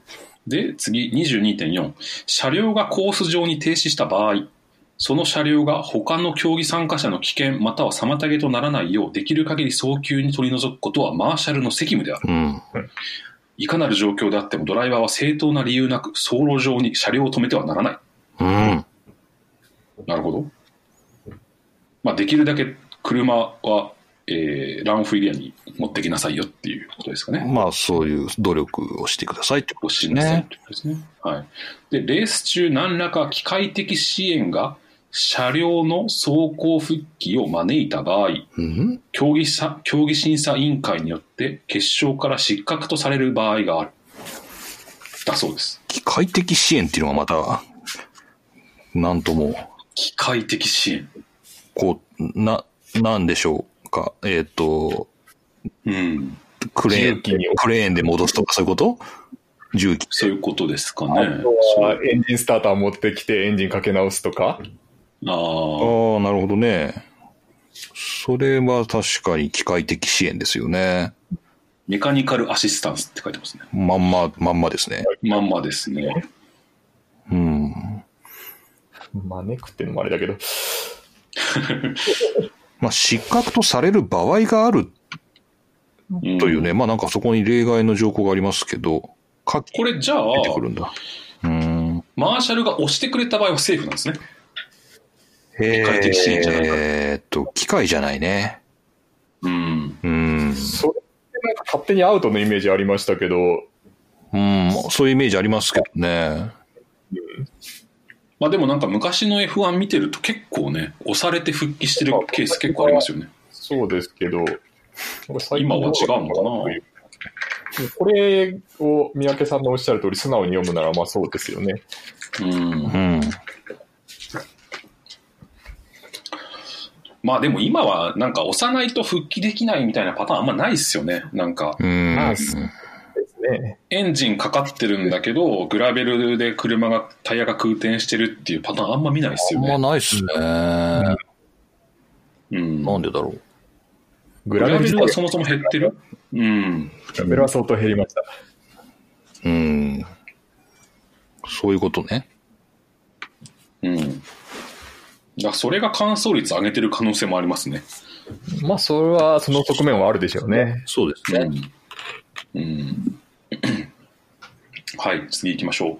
Speaker 3: で、次、22.4。車両がコース上に停止した場合、その車両が他の競技参加者の危険または妨げとならないようできる限り早急に取り除くことはマーシャルの責務である。
Speaker 2: うん。
Speaker 3: いかなる状況であってもドライバーは正当な理由なく走路上に車両を止めてはならない。
Speaker 2: うん。
Speaker 3: なるほど。まあ、できるだけ車は、えーランフエリアに持ってきなさいよっていうことですかね。
Speaker 2: まあ、そういう努力をしてくださいってこと
Speaker 3: ご
Speaker 2: です
Speaker 3: 信頼
Speaker 2: ね。
Speaker 3: ということですね。はい。で、レース中何らか機械的支援が車両の走行復帰を招いた場合、
Speaker 2: うん。
Speaker 3: 競技さ競技審査委員会によって決勝から失格とされる場合がある。だそうです。
Speaker 2: 機械的支援っていうのがまた、なんとも、
Speaker 3: 機械的支援。
Speaker 2: こう、な、なんでしょうか。えっ、と、
Speaker 3: うん。
Speaker 2: クレーン、
Speaker 5: 重機に
Speaker 2: クレーンで戻すとかそういうこと重機。
Speaker 3: そういうことですか
Speaker 5: あ
Speaker 3: ね。
Speaker 5: とは
Speaker 3: そう
Speaker 5: エンジンスターター持ってきてエンジンかけ直すとか、
Speaker 2: あ
Speaker 3: ああ、
Speaker 2: あ、なるほどね。それは確かに機械的支援ですよね。
Speaker 3: メカニカルアシスタンスって書いてますね。
Speaker 2: まんま、まんまですね。
Speaker 3: まんまですね。
Speaker 2: うん。
Speaker 5: 招くっていうのもあれだけど、
Speaker 2: まあ、失格とされる場合がある
Speaker 3: ん
Speaker 2: というね、まあなんかそこに例外の条項がありますけど、書き
Speaker 3: これじゃあ、
Speaker 2: 出てくるんだ。うん。
Speaker 3: マーシャルが押してくれた場合はセーフなんですね。
Speaker 2: え
Speaker 3: 械的支援じゃないか
Speaker 2: ーっと、機械じゃないね。
Speaker 3: うん。
Speaker 2: うん。
Speaker 5: それってなんか勝手にアウトのイメージありましたけど、
Speaker 2: うん、そういうイメージありますけどね。
Speaker 3: まあでもなんか昔の F1 見てると結構ね、押されて復帰してるケース結構ありますよね。
Speaker 5: そうですけど、
Speaker 3: 今は違うのかな
Speaker 5: これを三宅さんのおっしゃる通り素直に読むならまあそうですよね。
Speaker 3: うん
Speaker 2: う。ん。
Speaker 3: まあでも今はなんか押さないと復帰できないみたいなパターンあんまないっすよね。なんか
Speaker 2: うん。
Speaker 5: まあですね。
Speaker 3: エンジンかかってるんだけど、グラベルで車が、タイヤが空転してるっていうパターンあんま見ないっすよ
Speaker 2: あ
Speaker 3: ね
Speaker 2: ん。まないっすね。
Speaker 3: うん。
Speaker 2: なんでだろう。
Speaker 5: グ
Speaker 3: グ
Speaker 5: ラ
Speaker 3: ラ
Speaker 5: ベル
Speaker 3: ベ
Speaker 5: 自
Speaker 3: ル
Speaker 5: 体
Speaker 3: はそもそも減ってるうん。
Speaker 5: グラベルは相当減りました。
Speaker 2: うん。そういうことね。
Speaker 3: うん。だそれが乾燥率上げてる可能性もありますね。
Speaker 5: まあそれはその側面はあるでしょうね。
Speaker 2: そうですね。
Speaker 3: うん。うん、 [clears throat] はい、次行きましょう。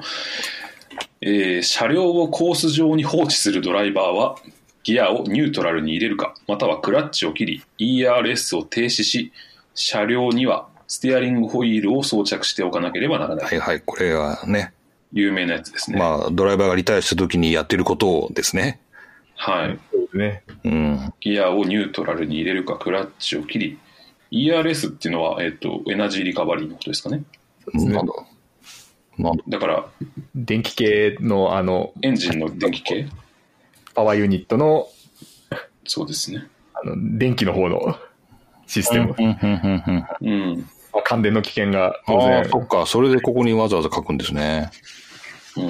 Speaker 3: えー車両をコース上に放置するドライバーは、ギアをニュートラルに入れるか、またはクラッチを切り、ERS を停止し、車両にはステアリングホイールを装着しておかなければならな。
Speaker 2: はいいはい。これはね、
Speaker 3: 有名なやつですね。
Speaker 2: まあ、ドライバーがリタイアした時にやってることをですね。
Speaker 3: はい。
Speaker 5: ね。
Speaker 2: うん。
Speaker 3: ギアをニュートラルに入れるか、クラッチを切り、ERS っていうのは、えっ、と、エナジーリカバリーのことですかね。
Speaker 5: ね
Speaker 2: なんだなんだ
Speaker 3: だから、
Speaker 5: 電気系のあの、
Speaker 3: エンジンの電気系
Speaker 5: パワーユニットの
Speaker 3: そうですね。
Speaker 5: あの電気の方のシステム。
Speaker 2: うんうんうんうん
Speaker 3: うん。
Speaker 5: まあ感電の危険が当
Speaker 2: ああ、
Speaker 5: 然
Speaker 2: そっか。それでここにわざわざ書くんですね。
Speaker 3: う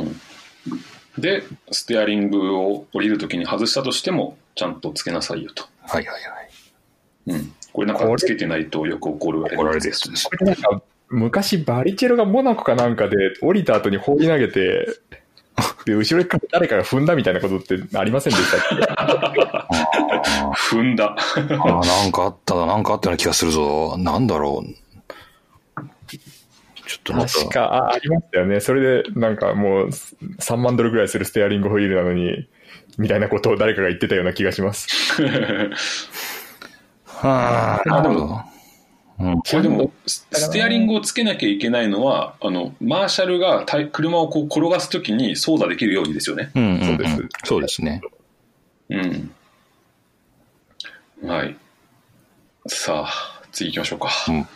Speaker 3: ん、で、ステアリングを降りるときに外したとしても、ちゃんとつけなさいよと。
Speaker 2: はいはいはい。
Speaker 3: うん、これなん
Speaker 5: こ
Speaker 3: か
Speaker 5: れ
Speaker 3: つけてないとよく怒る
Speaker 2: 怒られるやつ
Speaker 3: す
Speaker 2: で
Speaker 3: ね
Speaker 2: す。
Speaker 5: [laughs] なんか昔バリチェロがモナコかなんかで降りた後に放り投げて、で、後ろから誰かが踏んだみたいなことってありませんでしたっけ
Speaker 3: 踏ん
Speaker 2: [laughs] あ
Speaker 3: だ。
Speaker 2: ーなんかあったな、なんかあったような気がするぞ。なんだろう。ちょっとま
Speaker 5: 確
Speaker 2: た、
Speaker 5: か、あありましたよね。それで、なんかもう、3万ドルぐらいするステアリングホイールなのに、みたいなことを誰かが言ってたような気がします。
Speaker 2: はあ、なるほど。
Speaker 3: これでも、スステアリングをつけなきゃいけないのは、あの、マーシャルがタイ車をこう転がすときに操作できるようにですよね。
Speaker 2: うんうん、
Speaker 5: そ
Speaker 2: そうう
Speaker 5: で
Speaker 2: ですす。そうですね。
Speaker 3: うん。はい。さあ、次行きましょうか。
Speaker 2: うん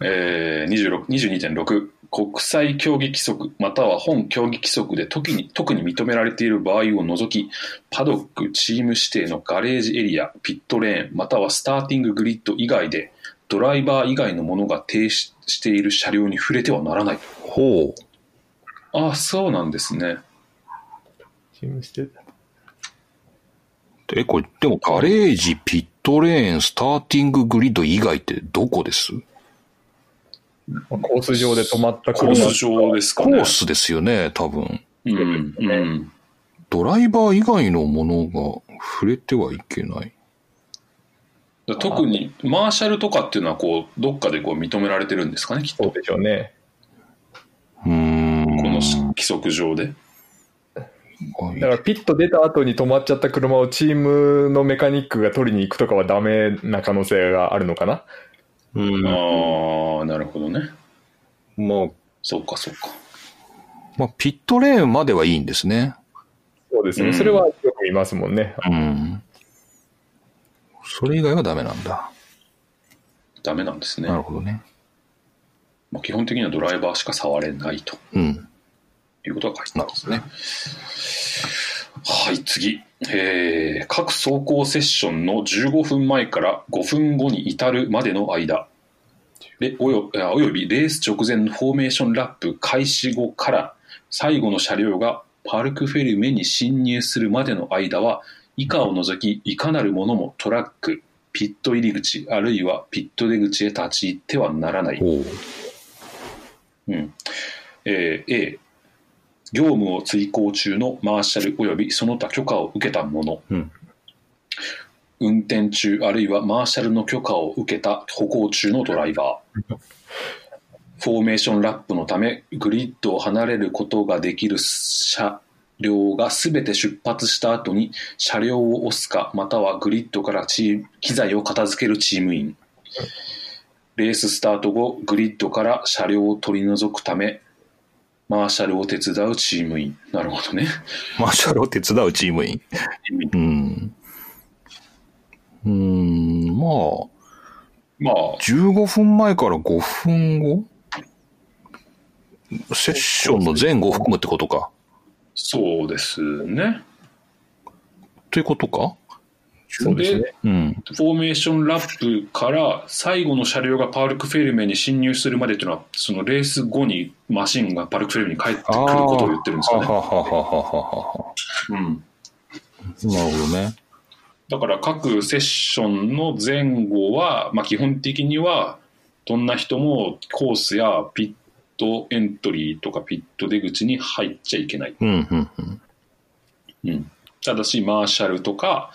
Speaker 3: えー、26 22.6国際競技規則または本競技規則で特に特に認められている場合を除きパドックチーム指定のガレージエリアピットレーンまたはスターティンググリッド以外でドライバー以外のものが停止している車両に触れてはならない
Speaker 2: ほう。
Speaker 3: ああそうなんですね
Speaker 5: チームしてた。
Speaker 2: え、これ、でもガレージ、ピットレーン、スターティンググリッド以外ってどこです
Speaker 5: まあコース上で止まった
Speaker 3: コ
Speaker 5: 車
Speaker 3: ース上ですか
Speaker 2: コ
Speaker 3: ね
Speaker 2: ースですよね、多分。
Speaker 3: うんうん
Speaker 2: ドライバー以外のものが触れてはいけない。
Speaker 3: だから特にマーシャルとかっていうのはこうどっかでこう認められてるんですかねきっ
Speaker 5: そう
Speaker 3: と
Speaker 5: でしょうね。
Speaker 2: うーん。
Speaker 3: この規則上で
Speaker 5: だからピット出た後に止まっちゃった車をチームのメカニックが取りに行くとかはダメな可能性があるのかな
Speaker 2: うん
Speaker 3: ああなるほどね
Speaker 2: まあ、
Speaker 3: そうかそうか
Speaker 2: まあ、ピットレーンまではいいんですね。
Speaker 5: そうですね。
Speaker 3: うん
Speaker 5: それはよく言いますもんね。
Speaker 2: うん。それ以外はダメなんだ。
Speaker 3: ダメなんですね
Speaker 2: なるほどね。
Speaker 3: まあ、基本的にはドライバーしか触れないと
Speaker 2: うん。
Speaker 3: いうことが書いて
Speaker 2: な
Speaker 3: あ
Speaker 2: る
Speaker 3: るん
Speaker 2: ほ
Speaker 3: です
Speaker 2: どね。
Speaker 3: はい、次。えー各走行セッションの15分前から5分後に至るまでの間、でおよあおよびレース直前のフォーメーションラップ開始後から、最後の車両がパルクフェルメに侵入するまでの間は、以下を除き、いかなるものもトラック、ピット入り口、あるいはピット出口へ立ち入ってはならない。
Speaker 2: おう。
Speaker 3: うんえー A 業務を遂行中のマーシャル及びその他許可を受けた者、
Speaker 2: うん
Speaker 3: 運転中あるいはマーシャルの許可を受けた歩行中のドライバーフォーメーションラップのためグリッドを離れることができる車両が全て出発した後に車両を押すかまたはグリッドからチーム機材を片付けるチーム員レーススタート後、グリッドから車両を取り除くため、マーシャルを手伝うチーム員。なるほどね。
Speaker 2: マーシャルを手伝うチーム員。うん。うーん、まあ、
Speaker 3: [laughs] まあ、
Speaker 2: 15分前から5分後セッションの前後を含むってことか。
Speaker 3: そうですね。
Speaker 2: ということか
Speaker 5: そうですね。
Speaker 2: うん。
Speaker 3: フォーメーションラップから最後の車両がパルクフェルメに侵入するまでというのは、そのレース後にマシンがパルクフェルメに帰ってくることを言ってるんです
Speaker 2: は
Speaker 3: よ
Speaker 2: は
Speaker 3: ね。
Speaker 2: はははは。
Speaker 3: うん、
Speaker 2: なるほどね。
Speaker 3: だから各セッションの前後は、まあ、基本的にはどんな人もコースやピットエントリーとかピット出口に入っちゃいけない。
Speaker 2: うん、うん、うん。
Speaker 3: うん、ただしマーシャルとか、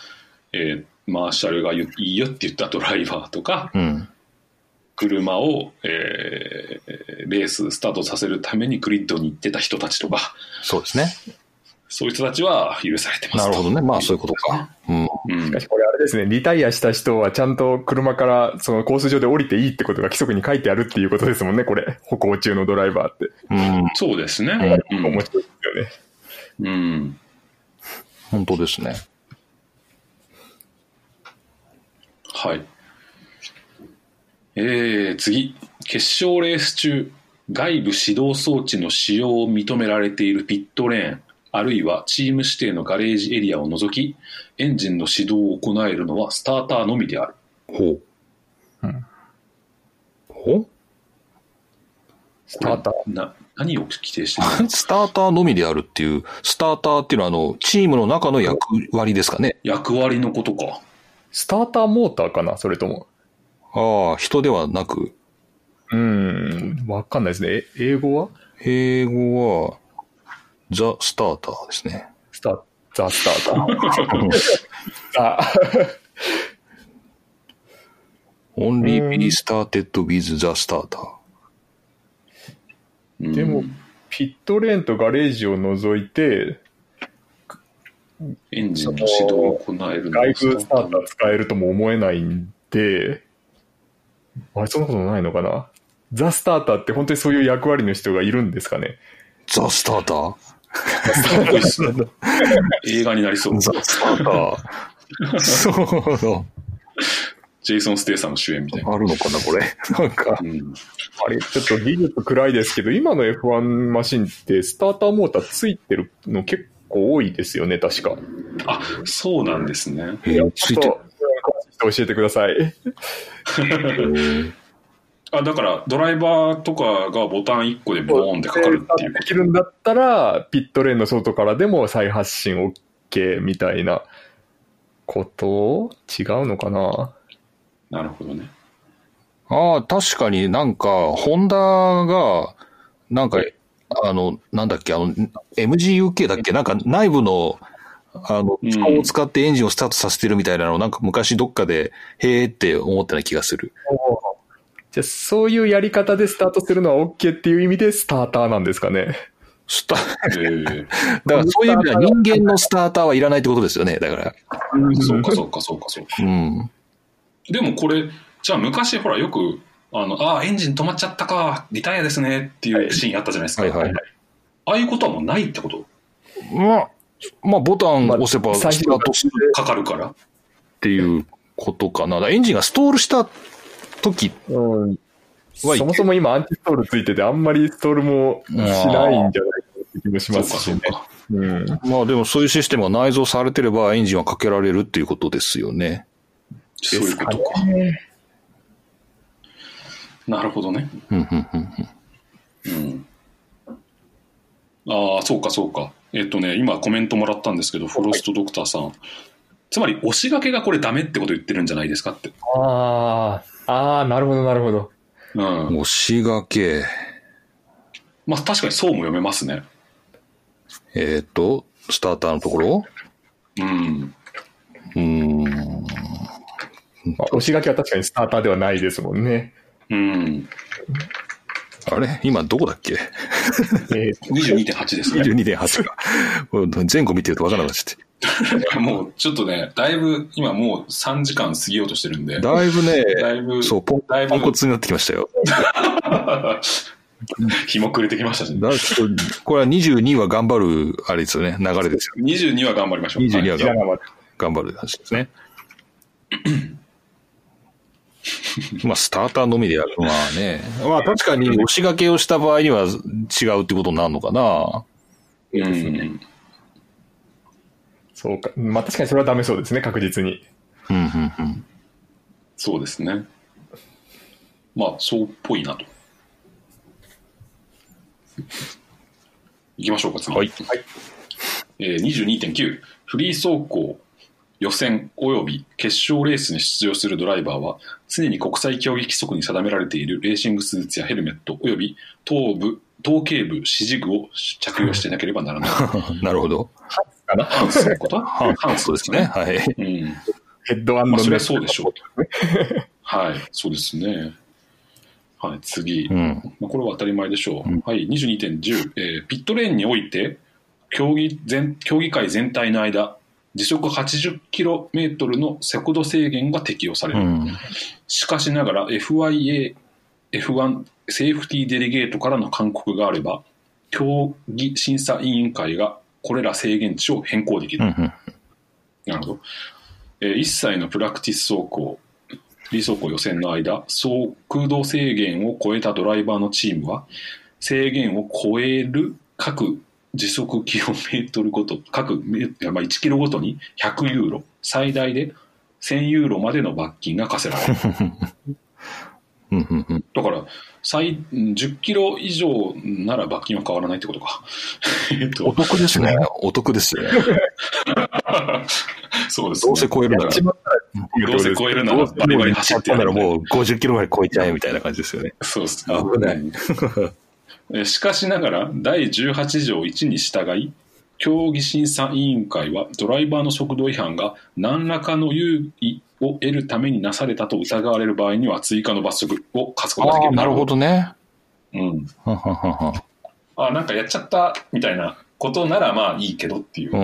Speaker 3: えーマーシャルが言ういいよって言ったドライバーとか
Speaker 2: うん。
Speaker 3: 車を、えーレーススタートさせるためにグリッドに行ってた人たちとか
Speaker 2: そうですね。
Speaker 3: そういう人たちは許されてます
Speaker 2: なるほどね。まあ、そういうことか。うん。
Speaker 3: う
Speaker 5: し
Speaker 3: ん
Speaker 5: かしこれあれですね、リタイアした人はちゃんと車からそのコース上で降りていいってことが規則に書いてあるっていうことですもんね、これ。歩行中のドライバーって。
Speaker 2: うん。
Speaker 3: そうですね、うん
Speaker 5: 面白いですよ
Speaker 3: う
Speaker 5: ね。
Speaker 3: ん
Speaker 2: 本当ですね。
Speaker 3: はいえー、次決勝レース中外部指導装置の使用を認められているピットレーンあるいはチーム指定のガレージエリアを除きエンジンの始動を行えるのはスターターのみである
Speaker 2: ほう。
Speaker 5: うん
Speaker 2: ほ
Speaker 5: スターター。
Speaker 3: な何を規定して
Speaker 5: [laughs]
Speaker 3: る
Speaker 2: スターターのみであるっていう、スターターっていうのは、あの、チームの中の役割ですかね。
Speaker 3: 役割のことか
Speaker 5: スターターモーターかなそれとも。
Speaker 2: ああ、人ではなく、
Speaker 5: うーん、わかんないですね。え英語は
Speaker 2: 英語は、ザ・スターターですね。
Speaker 5: スター、ザ・スターター。あ、
Speaker 2: Only
Speaker 5: うん
Speaker 2: be started with the starter.
Speaker 5: でも、ピットレーンとガレージを除いて、
Speaker 3: エンジンの指導を行えるの
Speaker 5: 外部スタータ
Speaker 3: ー
Speaker 5: ー使えるとも思えないんで、あれ、そんなことないのかなザ・スターターって本当にそういう役割の人がいるんですかね
Speaker 2: ザ・スターター
Speaker 3: かっこいいっすね [laughs] 映画になりそう。
Speaker 2: ザ・スターター。 [laughs] そう [laughs]
Speaker 3: ジェイソン・ステイさんの主演みたいな。
Speaker 2: あるのかな、これ。なんか、
Speaker 3: うん
Speaker 5: あれ、ちょっと技術暗いですけど、今の F1 マシンってスターターモーターついてるの結構多いですよね、確か。
Speaker 3: あ、そうなんですね。
Speaker 2: えーついて
Speaker 5: ちょっと詳しく教えてください。
Speaker 3: あ、だから、ドライバーとかがボタン1個でボーンってかかるっていう
Speaker 5: で。きるんだったら、ピットレーンの外からでも再発進 OK みたいなこと違うのかな
Speaker 3: なるほどね。
Speaker 2: ああ、確かになんか、ホンダが、なんか、あの、なんだっけ、あの、MGUK だっけ、なんか内部の、あの、
Speaker 3: うん
Speaker 2: 機構を使ってエンジンをスタートさせてるみたいなのを、なんか昔どっかで、へえって思ってた気がする。
Speaker 5: じゃあ、そういうやり方でスタートするのは OK っていう意味でスターターなんですかね。
Speaker 2: スタ、だか
Speaker 3: えー
Speaker 2: らそういう意味では人間のスターターはいらないってことですよね、だから。
Speaker 3: そうかそうかそうかそうか。
Speaker 2: うん。
Speaker 3: でもこれ、じゃあ昔ほらよく、あの、あーエンジン止まっちゃったか、リタイアですねっていうシーンあったじゃないですか。
Speaker 2: はいはいはい
Speaker 3: ああいうことはもうないってこと
Speaker 2: まあ、まあ、ボタンを押せばスタ
Speaker 5: 最初
Speaker 2: ートする
Speaker 3: かかるから。
Speaker 2: っていうことかな。だからエンジンがストールした時
Speaker 5: うん。
Speaker 2: はい
Speaker 5: そもそも今アンチストールついてて、あんまりストールもしないんじゃないかって気もし
Speaker 3: そう
Speaker 5: ま
Speaker 3: か
Speaker 5: す
Speaker 3: そ
Speaker 5: し
Speaker 3: う
Speaker 5: ね。
Speaker 3: か。
Speaker 5: うん。
Speaker 2: まあでもそういうシステムが内蔵されてればエンジンはかけられるっていうことですよね。
Speaker 3: そういうことか。なるほどね。
Speaker 2: うんうんうん
Speaker 3: うん。ああ、そうかそうか。えっとね、今コメントもらったんですけど、フォロストドクターさん。つまり、押し掛けがこれダメってこと言ってるんじゃないですかって。
Speaker 5: ああ、ああ、なるほど、なるほど。
Speaker 3: うん。
Speaker 2: 押し掛け。
Speaker 3: まあ確かにそうも読めますね。
Speaker 2: えっ、と、スターターのところ
Speaker 3: うん。
Speaker 2: うーん。
Speaker 5: まあ押し掛けは確かにスターターではないですもんね。
Speaker 3: うん。
Speaker 2: あれ今どこだっけ
Speaker 5: え
Speaker 3: [laughs]
Speaker 5: ー
Speaker 3: 22.8です
Speaker 2: [laughs]
Speaker 3: ね。
Speaker 2: ?22.8 か。前後見てるとわからなくなっちゃっ
Speaker 3: もうちょっとね、だいぶ、今もう3時間過ぎようとしてるんで
Speaker 2: て。、だいぶね、
Speaker 3: だいぶ、
Speaker 2: そう、ポン
Speaker 3: だいぶ
Speaker 2: ポンコツになってきましたよ。
Speaker 3: 日も暮れてきましたし、
Speaker 2: だこれは22は頑張る、あれですよね。流れですよ。
Speaker 3: 22は頑張りましょう。
Speaker 2: 22は
Speaker 5: 白
Speaker 2: 頑
Speaker 5: 髪まで
Speaker 2: 頑張る話ですね。 [clears throat] まあ、スターターのみでやる。まあね。まあ、確かに、押し掛けをした場合には違うってことになるのかな。
Speaker 3: はいうん。
Speaker 5: そうか。まあ確かにそれはダメそうですね、確実に。
Speaker 2: うん、うん、うん。
Speaker 3: そうですね。まあ、そうっぽいなと。いきましょうか、次。
Speaker 2: はい
Speaker 3: えー、22.9、フリー走行、予選及び決勝レースに出場するドライバーは、常に国際競技規則に定められているレーシングスーツやヘルメット、及び頭部、頭頸部、支持具を着用していなければなら [laughs] ない。
Speaker 2: [laughs] なるほど。
Speaker 5: かな。
Speaker 3: ハンスのこと
Speaker 2: ハン
Speaker 3: ハンス
Speaker 2: そうですね。。はい。
Speaker 3: うん。
Speaker 5: ヘッドアン
Speaker 3: まあ、
Speaker 5: ドネ
Speaker 3: そ
Speaker 5: ッ
Speaker 3: れは
Speaker 5: ク
Speaker 3: そうでしょうと。はい、そうですね。はい、次。
Speaker 2: うん。
Speaker 3: まあ、これは当たり前でしょう。
Speaker 2: うん
Speaker 3: はい、22.10、えーピットレーンにおいて、競技全競技会全体の間、時速 80km の速度制限が適用され
Speaker 2: う
Speaker 3: る。
Speaker 2: ん。
Speaker 3: しかしながら FIA、F1 セーフティーデリゲートからの勧告があれば、競技審査委員会がこれら制限値を変更できる
Speaker 2: う。ん。
Speaker 3: なるほど。えー、1歳のプラクティス走行、リ走行予選の間、速度制限を超えたドライバーのチームは、制限を超える各時速キロメートルごと、各メいやまあ1キロごとに100ユーロ、最大で1000ユーロまでの罰金が課せら
Speaker 2: [laughs]
Speaker 3: れる。
Speaker 2: うん。うん。うん。
Speaker 3: だから、最10キロ以上なら罰金は変わらないってことか。 [laughs] えっ
Speaker 2: お
Speaker 3: と、
Speaker 2: 得ですね。お得ですね。
Speaker 3: [laughs] そうです
Speaker 2: [laughs]
Speaker 3: ね。
Speaker 2: どうせ超えるなら
Speaker 5: やっ。ちまったら
Speaker 3: どうせ超えるならバリバリ走ってや
Speaker 2: なら
Speaker 3: る。
Speaker 2: もう50キロまで超えちゃえみたいな感じですよね。
Speaker 3: そうですね。
Speaker 2: 危ない
Speaker 3: うん。えーしかしながら、第18条1に従い、競技審査委員会はドライバーの速度違反が何らかの優位を得るためになされたと疑われる場合には追加の罰則を課すことができ
Speaker 2: ああ、
Speaker 3: る。
Speaker 2: なるほどね。
Speaker 3: うん。
Speaker 2: はははは
Speaker 3: あ、なんかやっちゃったみたいなことならまあいいけどっていう。
Speaker 2: う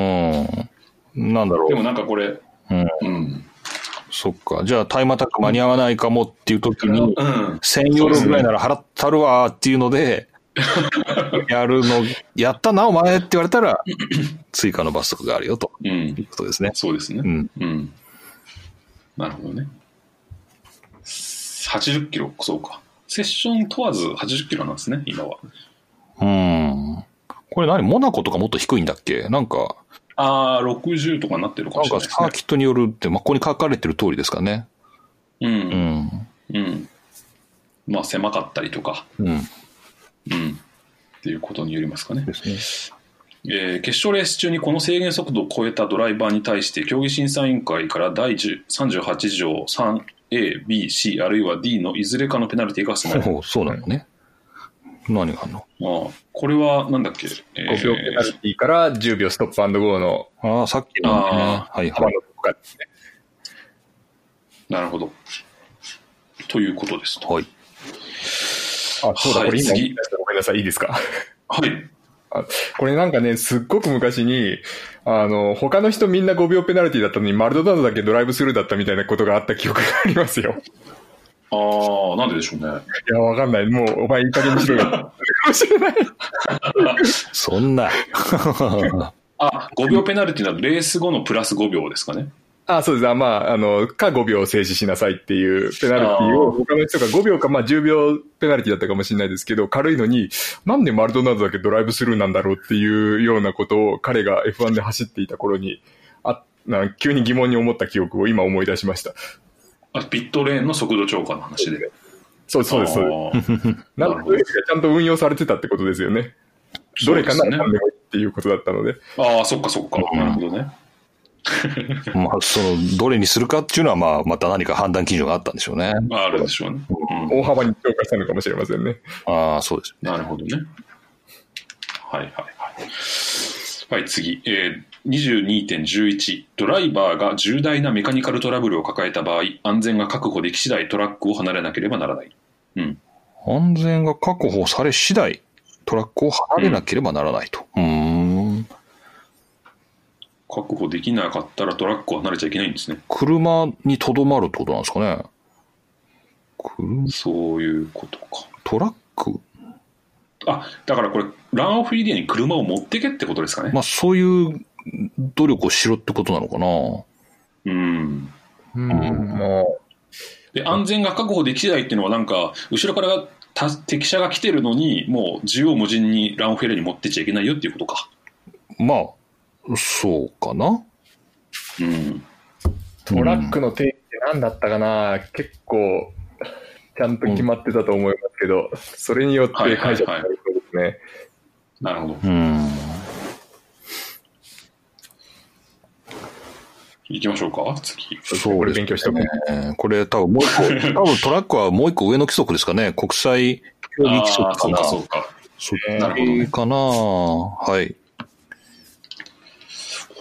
Speaker 2: ん。なんだろ
Speaker 3: で
Speaker 2: う。
Speaker 3: もなんかこれ、
Speaker 2: うん
Speaker 3: うん。
Speaker 2: そっか。じゃあ、タイムアタック間に合わないかもっていう時に、
Speaker 3: うん。
Speaker 2: 1000ユーロぐらいなら払ったるわーっていうの [laughs] で、やるの、やったな、お前って言われたら、追加の罰則があるよと
Speaker 3: うん
Speaker 2: い。うことですね。
Speaker 3: そうですね。
Speaker 2: うん。
Speaker 3: うん。なるほどね。80キロ、そうか。セッション問わず80キロなんですね、今は。
Speaker 2: うん。これ何モナコとかもっと低いんだっけなんか、
Speaker 3: ああ、60とかになってる
Speaker 2: な
Speaker 3: かも
Speaker 2: ん
Speaker 3: し
Speaker 2: か
Speaker 3: れない
Speaker 2: サー
Speaker 3: で
Speaker 2: キットによるって、まあ、ここに書かれてる通りですかね。う
Speaker 3: すね。うん。
Speaker 2: ん。
Speaker 3: うん。まあ、狭かったりとか、
Speaker 2: うん。
Speaker 3: うん。っていうことによりますかね。
Speaker 2: ですね。
Speaker 3: えー決勝レース中にこの制限速度を超えたドライバーに対して競技審査委員会から第10 38条 3A、B、C あるいは D のいずれかのペナルティが課せられる。
Speaker 2: そうそうなのね。何があるの
Speaker 3: まあ、これはなんだっけ、えー
Speaker 5: 5秒ペナルティから10秒ストップアンドゴーの
Speaker 2: ああ、さっきのね。
Speaker 3: あ
Speaker 2: はいは
Speaker 5: 幅
Speaker 2: い。
Speaker 5: のとこからですね。
Speaker 3: なるほど。ということですと。
Speaker 2: はい。
Speaker 5: あ、そうだ、
Speaker 3: はい
Speaker 5: これ今
Speaker 3: 次
Speaker 5: ごめんなさい、いいですか。
Speaker 3: はい。
Speaker 5: これなんかね、すっごく昔に、あの、他の人みんな5秒ペナルティだったのに、マルドナードだけドライブスルーだったみたいなことがあった記憶がありますよ。 [laughs]
Speaker 3: ああ、なんででしょうね。
Speaker 5: いや、わかんない。もう、お前いい加減にしろよ。
Speaker 3: [laughs]
Speaker 5: かもしれない。
Speaker 2: そんな。
Speaker 3: あ、5秒ペナルティなど、レース後のプラス5秒ですかね。
Speaker 5: あ、そうです。あまあ、あの、か5秒静止しなさいっていうペナルティを、
Speaker 3: あー
Speaker 5: 他の人が5秒か、まあ10秒ペナルティだったかもしれないですけど、軽いのに、なんでマルドナードだけドライブスルーなんだろうっていうようなことを、彼が F1 で走っていた頃に、あ、なん急に疑問に思った記憶を今思い出しました。
Speaker 3: あピットレーンの速度超過の話で。
Speaker 5: そうそうです、そうです。
Speaker 3: です。
Speaker 5: な
Speaker 3: なる
Speaker 5: ん
Speaker 3: ほど
Speaker 5: とちゃんと運用されてたってことですよね。 [laughs] どれかな
Speaker 3: そう
Speaker 5: ら
Speaker 3: ですね
Speaker 5: 何でもいいっていうことだったので。
Speaker 3: ああ、そっかそっか。
Speaker 2: ん
Speaker 3: なるほどね。
Speaker 2: まあ、その、どれにするかっていうのは、まあ、また何か判断基準があったんでしょうね。
Speaker 3: ああるでしょうね。うん
Speaker 5: 大幅に強化したのかもしれませんね。
Speaker 2: ああ、そうです。
Speaker 3: なるほどね。はいはいはい。はい、次。えー、22.11。ドライバーが重大なメカニカルトラブルを抱えた場合、安全が確保でき次第トラックを離れなければならない。うん。
Speaker 2: 安全が確保され次第、トラックを離れなければならないと。うーん。
Speaker 3: 確保できなかったらトラックを離れちゃいけないんですね。
Speaker 2: 車にとどまるってことなんですかね。車
Speaker 3: そういうことか。
Speaker 2: トラック
Speaker 3: あ、だからこれ、ランオフエリアに車を持ってけってことですかね。
Speaker 2: まあ、そういう努力をしろってことなのかな。
Speaker 3: うん。
Speaker 5: うん、も
Speaker 3: で、安全が確保でき次第っていうのは、なんか、後ろからた敵車が来てるのに、もう縦横無尽にランオフエリアに持ってっちゃいけないよっていうことか。
Speaker 2: まあ、そうかな。
Speaker 3: うん。
Speaker 5: う、トラックの定義って何だったかな、結構、ちゃんと決まってたと思いますけど、それによって解釈されそうですね。
Speaker 3: なるほど。
Speaker 2: うん。
Speaker 3: 行きましょうか、次。
Speaker 2: そうですね。
Speaker 5: 勉強しておこ
Speaker 2: えーこれ多分もう一個、多分トラックはもう一個上の規則ですかね。国際競技規
Speaker 3: あ
Speaker 2: 則
Speaker 3: あ、そ
Speaker 2: か
Speaker 3: う
Speaker 2: な。
Speaker 3: か、そうか。
Speaker 2: そっ
Speaker 3: なるほど
Speaker 2: ち
Speaker 3: ね。
Speaker 2: かな。はい。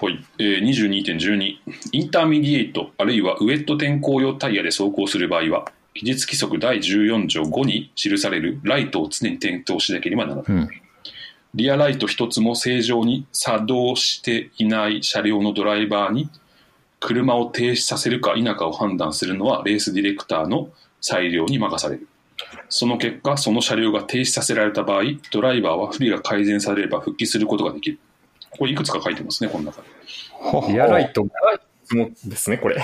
Speaker 3: はい。えー、22.12。インターミディエイト、あるいはウエット天候用タイヤで走行する場合は、技術規則第14条5に記されるライトを常に点灯しなければならない。
Speaker 2: うん。
Speaker 3: リアライト一つも正常に作動していない車両のドライバーに車を停止させるか否かを判断するのはレースディレクターの裁量に任される。その結果、その車両が停止させられた場合、ドライバーは不利が改善されれば復帰することができる。これいくつか書いてますね、この中で。
Speaker 5: リアライトが質問ですね、これ。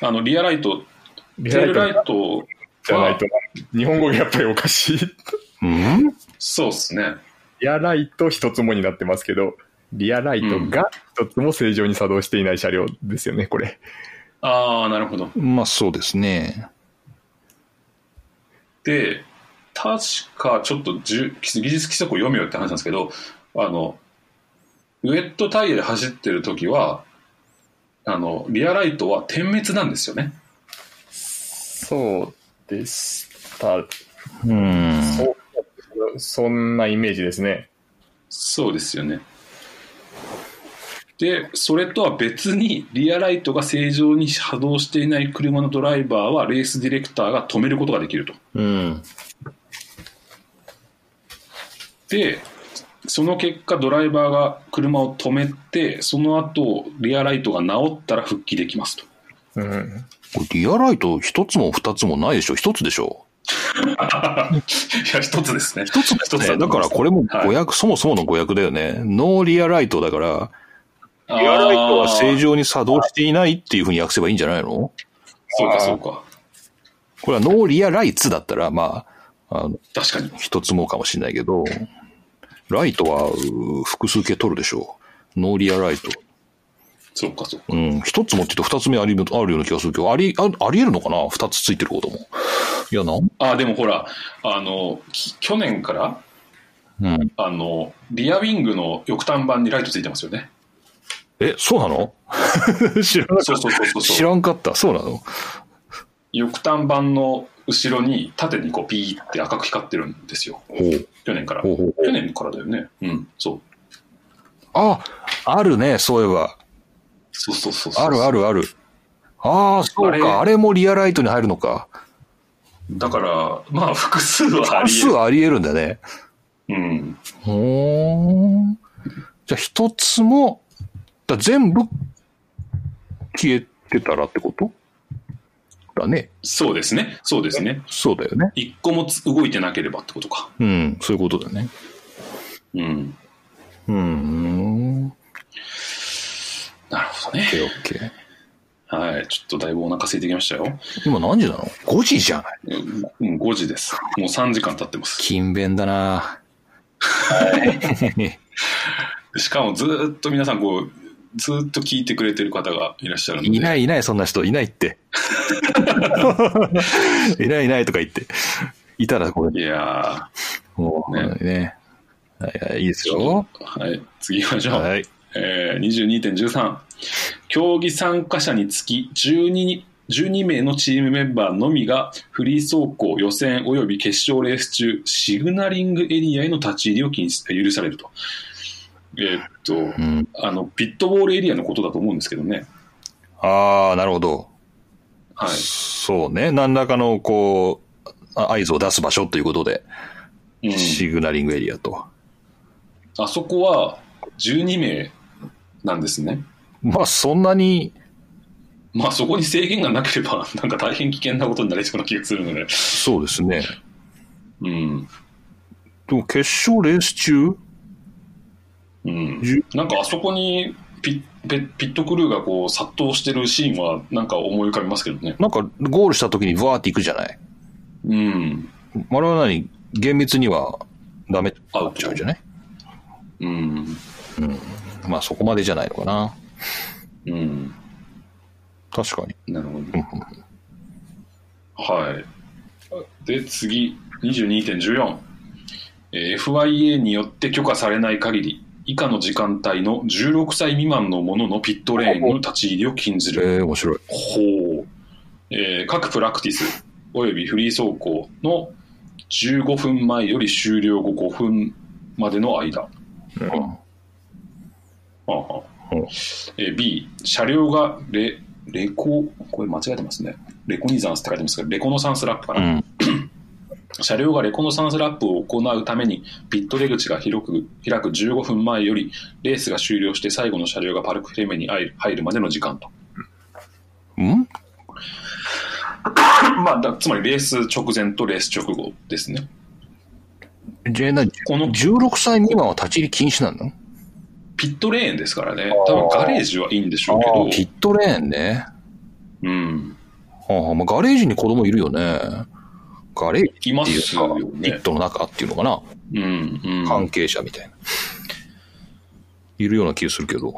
Speaker 3: あの、リアライト、
Speaker 5: リ
Speaker 3: テールライ
Speaker 5: ト
Speaker 3: ト、
Speaker 5: じゃないと、日本語がやっぱりおかしい。
Speaker 2: うん
Speaker 3: そうですね。
Speaker 5: リアライト一つもになってますけど、リアライトが一つも正常に作動していない車両ですよね、これ。
Speaker 3: ああ、なるほど。
Speaker 2: まあそうですね。
Speaker 3: で、確かちょっとじゅ技術規則を読めよって話なんですけど、あの、ウエットタイヤで走ってる時は、あの、リアライトは点滅なんですよね。
Speaker 5: そうでした。
Speaker 2: うん。
Speaker 5: そうそんなイメージですね。
Speaker 3: そうですよね。で、それとは別に、リアライトが正常に波動していない車のドライバーは、レースディレクターが止めることができると。
Speaker 2: うん。
Speaker 3: で、その結果、ドライバーが車を止めて、その後、リアライトが治ったら復帰できますと。
Speaker 5: うん。
Speaker 2: これリアライト一つも二つもないでしょ一つでしょ
Speaker 3: いや、一つですね。
Speaker 2: 一つ
Speaker 3: 一つ
Speaker 2: ねだからこれも誤訳、そもそもの誤訳だよね。ノーリアライトだから、
Speaker 3: れ、
Speaker 2: リアライトは正
Speaker 3: 常。
Speaker 2: 常に作動していないっていうふうに訳せばいいんじゃないの
Speaker 3: そうか、そうか。
Speaker 2: これはノーリアライツだったら、まあ、あの、
Speaker 3: 確かに。
Speaker 2: 一つもかもしれないけど、ライトはう複数形取るでしょう。ノーリアライト。
Speaker 3: そうか、そうか。
Speaker 2: うん、一つもって言うと二つ目ありあるような気がするけど、あり、ああり得るのかな二つついてることも。いや、なん、
Speaker 3: あ、でもほら、あの、き去年から、
Speaker 2: うん。
Speaker 3: あの、リアウィングの翼端板にライトついてますよね。
Speaker 2: え、そうなの [laughs] 知らなかった
Speaker 3: そうそうそうそう
Speaker 2: 知
Speaker 3: そう。
Speaker 2: らんかった。そうなの
Speaker 3: [laughs] 翼端板の後ろに縦にこうピーって赤く光ってるんですよ。
Speaker 2: ほう。
Speaker 3: 去年から。
Speaker 2: ほう
Speaker 3: 去
Speaker 2: ほうほう
Speaker 3: 年からだよね。うん、そう。
Speaker 2: あ、あるね、そういえば。
Speaker 3: そうそうそうそう。
Speaker 2: あるあるある。ああ、そう
Speaker 3: あ
Speaker 2: か
Speaker 3: れ
Speaker 2: あ。れもリアライトに入るのか。
Speaker 3: だから、まあ、複数はあ
Speaker 2: 多
Speaker 3: り
Speaker 2: 数
Speaker 3: 得
Speaker 2: あり得るんだね。
Speaker 3: る。うん。
Speaker 2: ほーん。じゃあ一つも、だ全部消えてたらってことだね。
Speaker 3: そうですね。そうですね。
Speaker 2: そうだよね。
Speaker 3: 一個もつ動いてなければってことか。
Speaker 2: うん、そういうことだね。
Speaker 3: うん。
Speaker 2: うーん。オッ
Speaker 3: なるほどね。
Speaker 2: ケーオッケー。
Speaker 3: はい。ちょっとだいぶお腹空いてきましたよ。
Speaker 2: 今何時なの ?5 時じゃない
Speaker 3: うんうん、5時です。もう3時間経ってます。
Speaker 2: 勤勉だな
Speaker 3: しかもずーっと皆さんこう、ずーっと聞いてくれてる方がいらっしゃるので。
Speaker 2: いないいない、そんな人。いない [laughs] って。いないいないとか言って。いたらこれ、
Speaker 3: いや
Speaker 2: もう、
Speaker 3: ね
Speaker 2: ね。はいはい、いいですよ。
Speaker 3: ーはい。次行きましょう。
Speaker 2: はい。
Speaker 3: えー、22.13。競技参加者につき12に12名のチームメンバーのみがフリー走行予選及び決勝レース中シグナリングエリアへの立ち入りを禁止許されると。えーっと、
Speaker 2: うん。
Speaker 3: あの、ピットボールエリアのことだと思うんですけどね。
Speaker 2: ああ、なるほど。
Speaker 3: はい。
Speaker 2: そうね。何らかの、こう、あ合図を出す場所ということで、
Speaker 3: うん
Speaker 2: シグナリングエリアと。
Speaker 3: あそこは12名なんですね。
Speaker 2: まあ、そんなに、
Speaker 3: まあそこに制限がなければ、なんか大変危険なことになりそうな気がするので。
Speaker 2: そうですね。
Speaker 3: うん。
Speaker 2: でも、決勝レース中
Speaker 3: うん
Speaker 2: じゅ。
Speaker 3: なんかあそこにピッペピットクルーがこう殺到してるシーンはなんか思い浮かびますけどね。
Speaker 2: なんか、ゴールした時にわーって行くじゃない
Speaker 3: うん。
Speaker 2: あれは何厳密には、ダメって
Speaker 3: ア
Speaker 2: な
Speaker 3: ウ
Speaker 2: っ
Speaker 3: ト
Speaker 2: ちゃうじゃない
Speaker 3: うん。
Speaker 2: まあ、そこまでじゃないのかな。
Speaker 3: うん。
Speaker 2: 確かに。
Speaker 3: なるほど。はい。で、次、22.14。えー FIA によって許可されない限り、以下の時間帯の16歳未満のもののピットレーンの立ち入りを禁じ
Speaker 2: え
Speaker 3: る。
Speaker 2: え面白い。
Speaker 3: ほう、えー各プラクティスおよびフリー走行の15分前より終了後5分までの間、ああ
Speaker 2: うん
Speaker 3: えー B 車両がレレコこれ間違えてますねレコニザンスって書いてますけどレコノサンスラップか
Speaker 2: う
Speaker 3: な、
Speaker 2: ん。
Speaker 3: 車両がレコノサンスラップを行うためにピット出口が広く開く15分前よりレースが終了して最後の車両がパルクフレメに入る入るまでの時間と
Speaker 2: うん
Speaker 3: まあだつまりレース直前とレース直後ですね
Speaker 2: じゃあ、な、
Speaker 3: この
Speaker 2: 16歳未満は立ち入り禁止なの
Speaker 3: ピットレーンですからね、多分ガレージはいいんでしょう
Speaker 2: ピ
Speaker 3: け
Speaker 2: ットレーンね。
Speaker 3: ど、うん、
Speaker 2: はあ、まあ、ガレージに子供いるよね。ガレージ
Speaker 3: いま
Speaker 2: っていう
Speaker 3: す
Speaker 2: か、
Speaker 3: よ
Speaker 2: ピッ
Speaker 3: ね。
Speaker 2: トの中っていうのかな、
Speaker 3: うん、うん。
Speaker 2: 関係者みたいな。いるような気がするけど。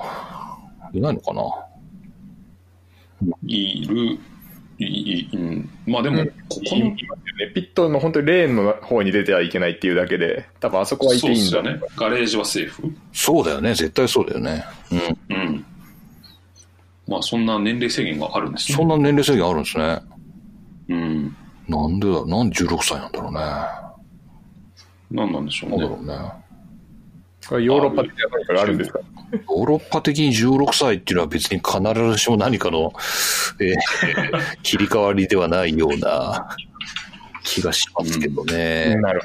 Speaker 2: いないのかない
Speaker 3: る、いい、うん。まあで
Speaker 5: う
Speaker 3: も
Speaker 5: ん、
Speaker 3: ここ
Speaker 5: い
Speaker 3: の
Speaker 5: ますよねピットの本当にレーンの方に出てはいけないっていうだけで、多分あそこは行っ
Speaker 3: そ
Speaker 5: て
Speaker 3: う
Speaker 5: い
Speaker 3: で
Speaker 5: いん
Speaker 3: す
Speaker 5: だ
Speaker 3: よね。ガレージはセーフ。
Speaker 2: そうだよね。絶対そうだよね。うん。
Speaker 3: うん。まあそんな年齢制限があるんです
Speaker 2: そん
Speaker 3: ね。
Speaker 2: な年齢制限あるんですね。
Speaker 3: うん。
Speaker 2: なんでだなんで16歳なんだろうね。
Speaker 3: 何なんでしょう
Speaker 2: なんだろ
Speaker 3: ね。
Speaker 2: うね。
Speaker 5: これヨーロッパ的な何かがあるんですか
Speaker 2: ヨーロッパ的に16歳っていうのは別に必ずしも何かの、えー切り替わりではないような気がしますけどね。
Speaker 5: なる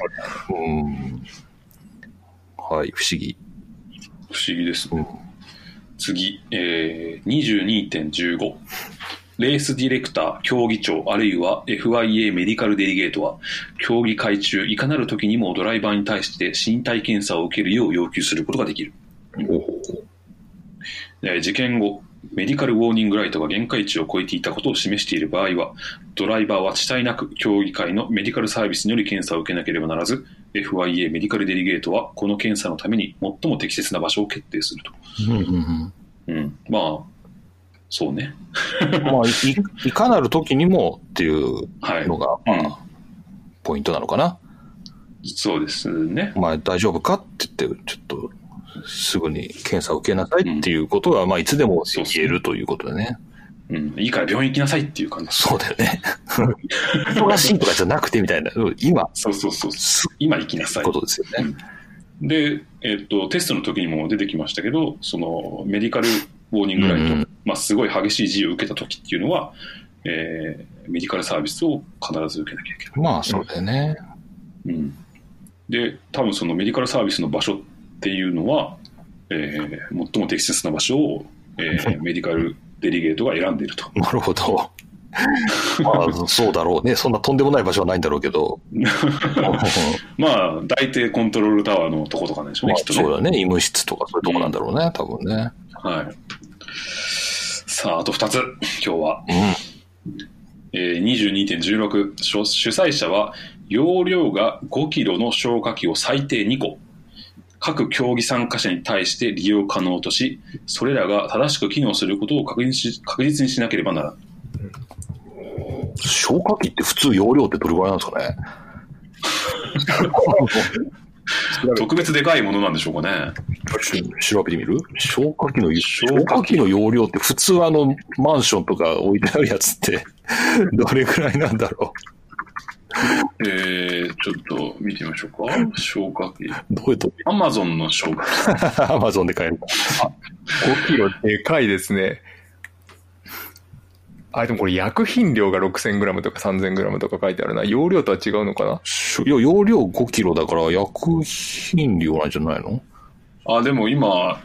Speaker 5: ほど。
Speaker 2: うんはい、不思議。
Speaker 3: 不思議です
Speaker 2: う
Speaker 3: ね
Speaker 2: ん。
Speaker 3: 次、えー、22.15。レースディレクター、競技長、あるいは FIA メディカルデリゲートは、競技会中、いかなる時にもドライバーに対して身体検査を受けるよう要求することができる。えー事件後、メディカルウォーニングライトが限界値を超えていたことを示している場合は、ドライバーは地帯なく競技会のメディカルサービスにより検査を受けなければならず、FIA メディカルデリゲートは、この検査のために最も適切な場所を決定すると。
Speaker 2: うんうんうん
Speaker 3: うん、まあ、そうね。
Speaker 2: まあ、いいかなる時にもっていう
Speaker 3: はい。
Speaker 2: のが、まあ、ポイントなのかな。
Speaker 3: そうですね。
Speaker 2: お前大丈夫かって言って、ちょっと、すぐに検査を受けなさいっていうことは、まあ、いつでも
Speaker 3: そうです
Speaker 2: 言
Speaker 3: ね
Speaker 2: えるということでね。
Speaker 3: うん。いいから病院行きなさいっていう感じです。
Speaker 2: そうだよね。 [laughs] 忙しいとかじゃなくてみたいな。うん今、
Speaker 3: そうそうそう。
Speaker 2: す
Speaker 3: 今行きな
Speaker 2: ぐ
Speaker 3: さ
Speaker 2: っ
Speaker 3: い
Speaker 2: てこ。とですよね。
Speaker 3: で、えっと、テストの時にも出てきましたけど、そのメディカルウォーニングライト、
Speaker 2: うんうん
Speaker 3: まあ、すごい激しい G を受けた時っていうのは、えーメディカルサービスを必ず受けなきゃいけ
Speaker 2: まあ、そうだよね。
Speaker 3: ない。うん、で、多分そのメディカルサービスの場所っていうのは、えー最も適切な場所を、え
Speaker 2: [laughs]
Speaker 3: ーメディカルデリゲートが選んでいると。
Speaker 2: なるほ [laughs] ど。まあ、そうだろうね。そんなとんでもない場所はないんだろうけ [laughs] ど。
Speaker 3: まあ、大抵コントロールタワーのとことかなんでしょうね、
Speaker 2: まあ
Speaker 3: きっとね。
Speaker 2: そうだね。医務室とかそういうとこなんだろうね。多分ね。
Speaker 3: はい。さあ、あと2つ、今日は。えー22.16主主催者は容量が5キロの消火器を最低2個各競技参加者に対して利用可能としそれらが正しく機能することを確認し確実にしなければならない
Speaker 2: 消火器って普通容量ってどれぐらいなんですかね。
Speaker 3: 特別でかいものなんでしょうかね
Speaker 2: し調べてみる消火器の、
Speaker 3: 消
Speaker 2: 消
Speaker 3: 火器
Speaker 2: 火器の容量って普通あの、マンションとか置いてあるやつって、 [laughs] どれぐらいなんだろ
Speaker 3: えー、ちょっと見てみましょうか消火器
Speaker 2: う。どういうと、
Speaker 3: アマゾンの消火
Speaker 2: [laughs]
Speaker 3: 器
Speaker 2: アマゾンで買えるか。
Speaker 5: 5キロでかいですね。あ、でもこれ薬品量が 6000g とか 3000g とか書いてあるな。容量とは違うのかない
Speaker 2: や、容量5キロだから薬品量なんじゃないの
Speaker 3: あでも今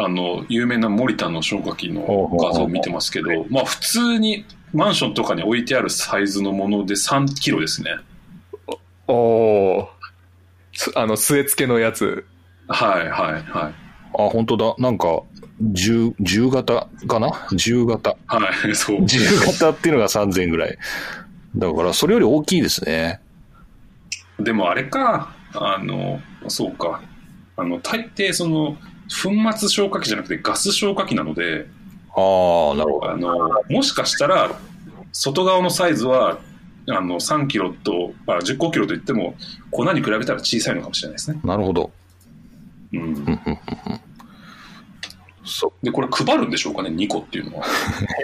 Speaker 3: あの有名な森田の消火器の画像を見てますけど、まあ、普通にマンションとかに置いてあるサイズのもので3キロですね
Speaker 5: おお。すあの、据え付けのやつ。
Speaker 3: はいはいはい
Speaker 2: あ、本当だ。なんか、10、10型かな ?10 型。
Speaker 3: はい [laughs] そう
Speaker 2: 10型っていうのが3000ぐらい。だから、それより大きいですね。
Speaker 3: でもあれかあのそうかあの大抵その粉末消火器じゃなくてガス消火器なので
Speaker 2: ああ、なるほど。
Speaker 3: あのもしかしたら外側のサイズはあの3キロとあ1 5キロといっても粉に比べたら小さいのかもしれないですね、
Speaker 2: なるほど。
Speaker 3: うん
Speaker 2: うん、うん、うん、うん。そ
Speaker 3: で、これ配るんでしょうかね、2個ってい
Speaker 2: [laughs]
Speaker 3: うのは。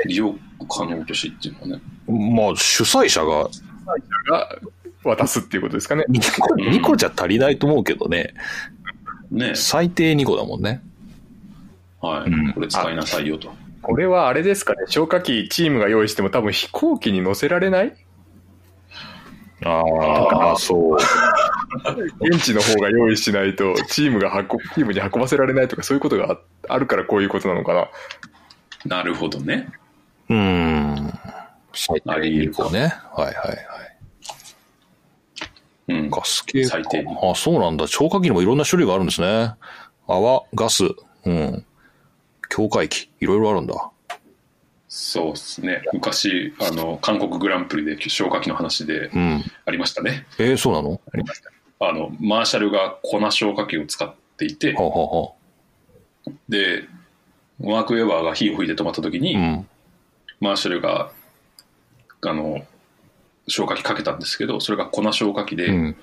Speaker 3: 利用可能としっていうのはね。
Speaker 2: う。まあ、主催者が
Speaker 5: が渡すっていうことですかね。
Speaker 2: 2個、
Speaker 3: うん
Speaker 2: 2個じゃ足りないと思うけどね。
Speaker 3: ね
Speaker 2: 最低2個だもんね。
Speaker 3: はい、
Speaker 2: うん
Speaker 3: これ使いなさいよと。
Speaker 5: これはあれですかね。消火器チームが用意しても多分飛行機に乗せられない
Speaker 2: ああ、そう。
Speaker 5: 現地の方が用意しないと、チームが運、チームに運ばせられないとかそういうことがああるからこういうことなのかな。
Speaker 3: なるほどね。
Speaker 2: うん。最低
Speaker 3: あ
Speaker 2: 2
Speaker 3: り得るか
Speaker 2: 個ね。はいはいはい。
Speaker 3: うん。
Speaker 2: ガス系か
Speaker 3: 最低に
Speaker 2: あ、そうなんだ。消火器にもいろんな種類があるんですね。泡、ガス、うん。境界器、いろいろあるんだ。
Speaker 3: そうですね。昔、あの、韓国グランプリで消火器の話で
Speaker 2: うん。
Speaker 3: ありましたね。
Speaker 2: えー、そうなのは
Speaker 3: あの、マーシャルが粉消火器を使っていて
Speaker 2: あ、は
Speaker 3: で、マーク・ウェバーが火を吹いて止まった時に、
Speaker 2: あはあうん。
Speaker 3: マーシャルが、あの、消火器かけたんですけど、それが粉消火器で、
Speaker 2: うん。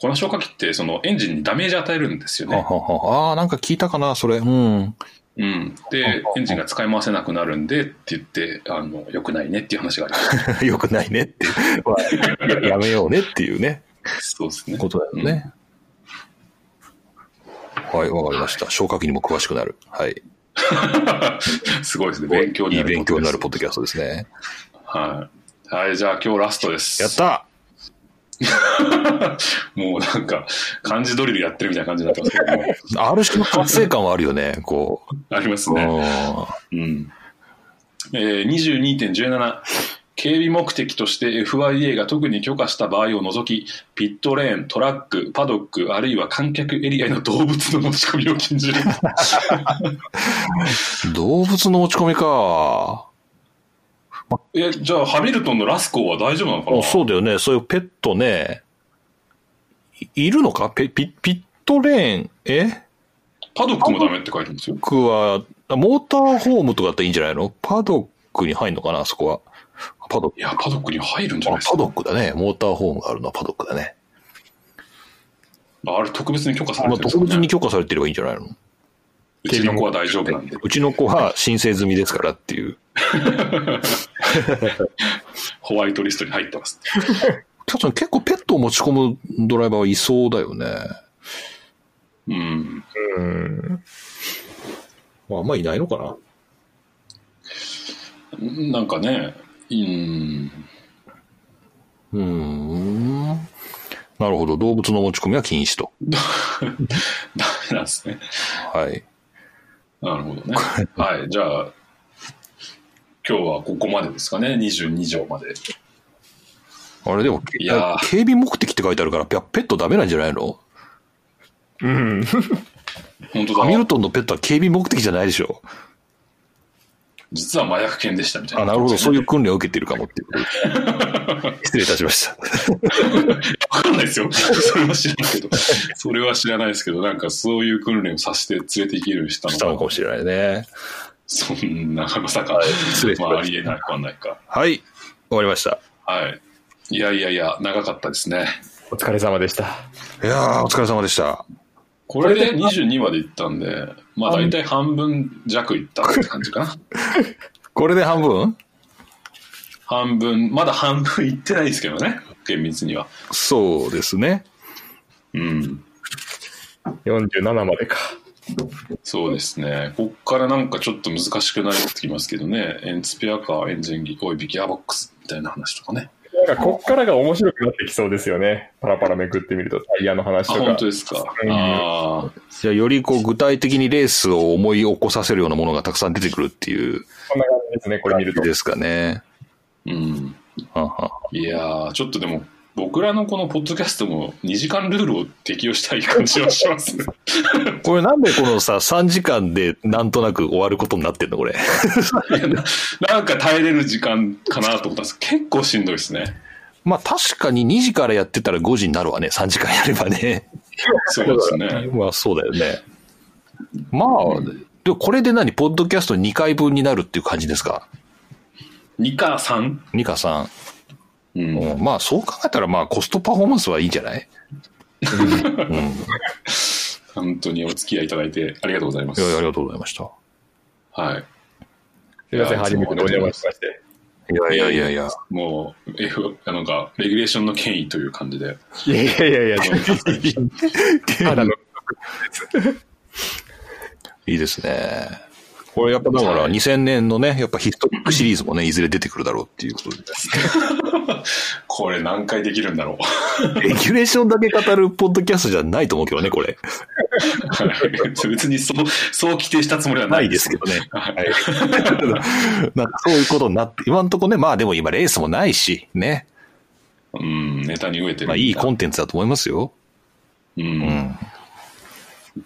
Speaker 3: 粉消火器ってそのエンジンにダメージ与えるんですよ
Speaker 2: はあ
Speaker 3: ね。
Speaker 2: はあはあ。あーなんか聞いたかな、それ。うん。 [laughs]
Speaker 3: うん、で、エンジンが使い回せなくなるんでって言って、あの、良くないねっていう話がありま
Speaker 2: [laughs]
Speaker 3: し
Speaker 2: よくないねっていう。まあやめようねっていうね、 [laughs]
Speaker 3: た。そうですね。
Speaker 2: ことだよね。はい、わかりました。消火器にも詳しくなる。はい。
Speaker 3: すごいですね。勉強
Speaker 2: い
Speaker 3: にないる。
Speaker 2: 勉強になるポッドキャストですね。
Speaker 3: はい。はい、じゃあ今日ラストです。
Speaker 2: やった
Speaker 3: もうなんか、漢字ドリルやってるみたいな感じになってますけど
Speaker 2: [laughs]
Speaker 3: も。
Speaker 2: ある種の活性感はあるよね、こう。
Speaker 3: あります
Speaker 2: うん
Speaker 3: ね。うん。えー、22.17。警備目的として FIA が特に許可した場合を除き、ピットレーン、トラック、パドック、あるいは観客エリアへの動物の持ち込みを禁じ
Speaker 2: [laughs]
Speaker 3: る。
Speaker 2: 動物の持ち込みか。
Speaker 3: え、じゃあ、ハミルトンのラスコーは大丈夫なのかな
Speaker 2: あそうだよね。そういうペットね。いいるのかペピピットレーン、え
Speaker 3: パドックもダメって書いてるんですよ。
Speaker 2: 僕は、あモーターホームとかだったらいいんじゃないのパドックに入んのかな、あそこは。あパドック
Speaker 3: い。や、パドックに入るんじゃ
Speaker 2: あ
Speaker 3: ないで
Speaker 2: パ
Speaker 3: すか。
Speaker 2: ドックだね。モーターホームがあるのはパドックだね。
Speaker 3: あれ、特別に許可され
Speaker 2: まあ、
Speaker 3: てるんです
Speaker 2: 特
Speaker 3: よ
Speaker 2: 別に
Speaker 3: ね。
Speaker 2: 許可されてればいいんじゃないの
Speaker 3: うちの子は大丈夫なんで。
Speaker 2: うちの子は申請済みですからっていう。
Speaker 3: ホワイトリストに入ってます。
Speaker 2: 確かに結構ペットを持ち込むドライバーはいそうだよね。
Speaker 3: うん。
Speaker 5: うん。
Speaker 2: まあ、あんまいないのかな。
Speaker 3: なんかね、うん。
Speaker 2: うーん。なるほど。動物の持ち込みは禁止と。
Speaker 3: ダメなんですね。
Speaker 2: はい。
Speaker 3: なるほどね。はい。じゃあ、今日はここまでですかね。22条まで。
Speaker 2: あれでも、
Speaker 3: いやー
Speaker 2: 警備目的って書いてあるから、ペペットダメなんじゃないの
Speaker 5: うん。
Speaker 3: 本当
Speaker 2: ハミ
Speaker 3: だ。
Speaker 2: ルトンのペットは警備目的じゃないでしょ。
Speaker 3: 実は麻薬犬でしたみたいな。
Speaker 2: あ、なるほど。そういう訓練を受けてるかもっていうことで失礼いたしました。
Speaker 3: わかんないですよ。それは知らないけど。それは知らないですけど、なんかそういう訓練をさせて連れて行けるようにした
Speaker 2: した
Speaker 3: の
Speaker 2: の
Speaker 3: か。
Speaker 2: かもしれないね。
Speaker 3: そんな、まさか。
Speaker 2: 失礼し
Speaker 3: ま
Speaker 2: ま
Speaker 3: あ、あ
Speaker 2: し
Speaker 3: りえないかんないか。
Speaker 2: た。はい。終わりました。
Speaker 3: はい。いやいやいや、長かったですね。
Speaker 5: お疲れ様でした。
Speaker 2: いやー、お疲れ様でした。
Speaker 3: これで22までいったんで、まあ大体半分弱いったって感じかな。
Speaker 2: これで半分
Speaker 3: 半分、まだ半分いってないですけどね。厳密には。
Speaker 2: そうですね。
Speaker 3: うん。
Speaker 5: 47までか。
Speaker 3: そうですね。こっからなんかちょっと難しくなってきますけどね。エンスペアカー、エンジンギおいびギアボックスみたいな話とかね。
Speaker 5: なんかこっからが面白くなってきそうですよね。パラパラめくってみると、タイヤの話
Speaker 3: あ、
Speaker 5: と
Speaker 3: 本
Speaker 5: か
Speaker 3: 当。ですか。
Speaker 5: うん
Speaker 3: ああ、
Speaker 2: じゃあ、よりこう、具体的にレースを思い起こさせるようなものがたくさん出てくるっていう
Speaker 5: こんな感じですね、これ
Speaker 2: 感
Speaker 5: 見る
Speaker 2: じ
Speaker 5: と。
Speaker 2: ですかね。
Speaker 3: うん。
Speaker 2: はんはい
Speaker 3: やー、ちょっとでも、僕らのこのポッドキャストも2時間ルールを適用したい感じはします [laughs] ね。
Speaker 2: んこれなんでこのさ、3時間でなんとなく終わることになってんのこれ。 [laughs]
Speaker 3: いやななんか耐えれる時間かなと思ったんですけど結構しんどいですね。
Speaker 2: まあ確かに2時からやってたら5時になるわね。3時間やればね。
Speaker 3: そうですね。
Speaker 2: まあそうだよね。まあ、でもこれで何ポッドキャスト2回分になるっていう感じですか
Speaker 3: 2か 3?
Speaker 2: ニカさん。
Speaker 3: うん。
Speaker 2: うんまあそう考えたらまあコストパフォーマンスはいいんじゃない
Speaker 3: 本当にお付き合いいただいてありがとうございま
Speaker 2: い
Speaker 3: す。
Speaker 2: やいやありがとうございました。
Speaker 3: はい。
Speaker 5: すいません、初めてお邪魔しまして。
Speaker 2: いやいやいやいや。
Speaker 3: もう、F、なんか、レギュレーションの権威という感じで。
Speaker 5: いやいやいやいや、
Speaker 2: [laughs]
Speaker 5: ただの、
Speaker 2: いいですね。これやっぱだから2000年のね、やっぱヒストリックシリーズもね、いずれ出てくるだろうっていうことで。
Speaker 3: これ何回できるんだろう。
Speaker 2: レギュレーションだけ語るポッドキャストじゃないと思うけどね、これ。
Speaker 3: はい別にそう、 [laughs] そう規定したつもりは [laughs] な
Speaker 2: ないい
Speaker 3: で
Speaker 2: ですす
Speaker 3: け
Speaker 2: け
Speaker 3: ど。
Speaker 2: どね。はい。なんかそういう [laughs] ことになって、今のところね、まあでも今レースもないし、ね。
Speaker 3: うん、ネタに飢えてる。
Speaker 2: まあいいコンテンツだと思いますよ。
Speaker 3: うん。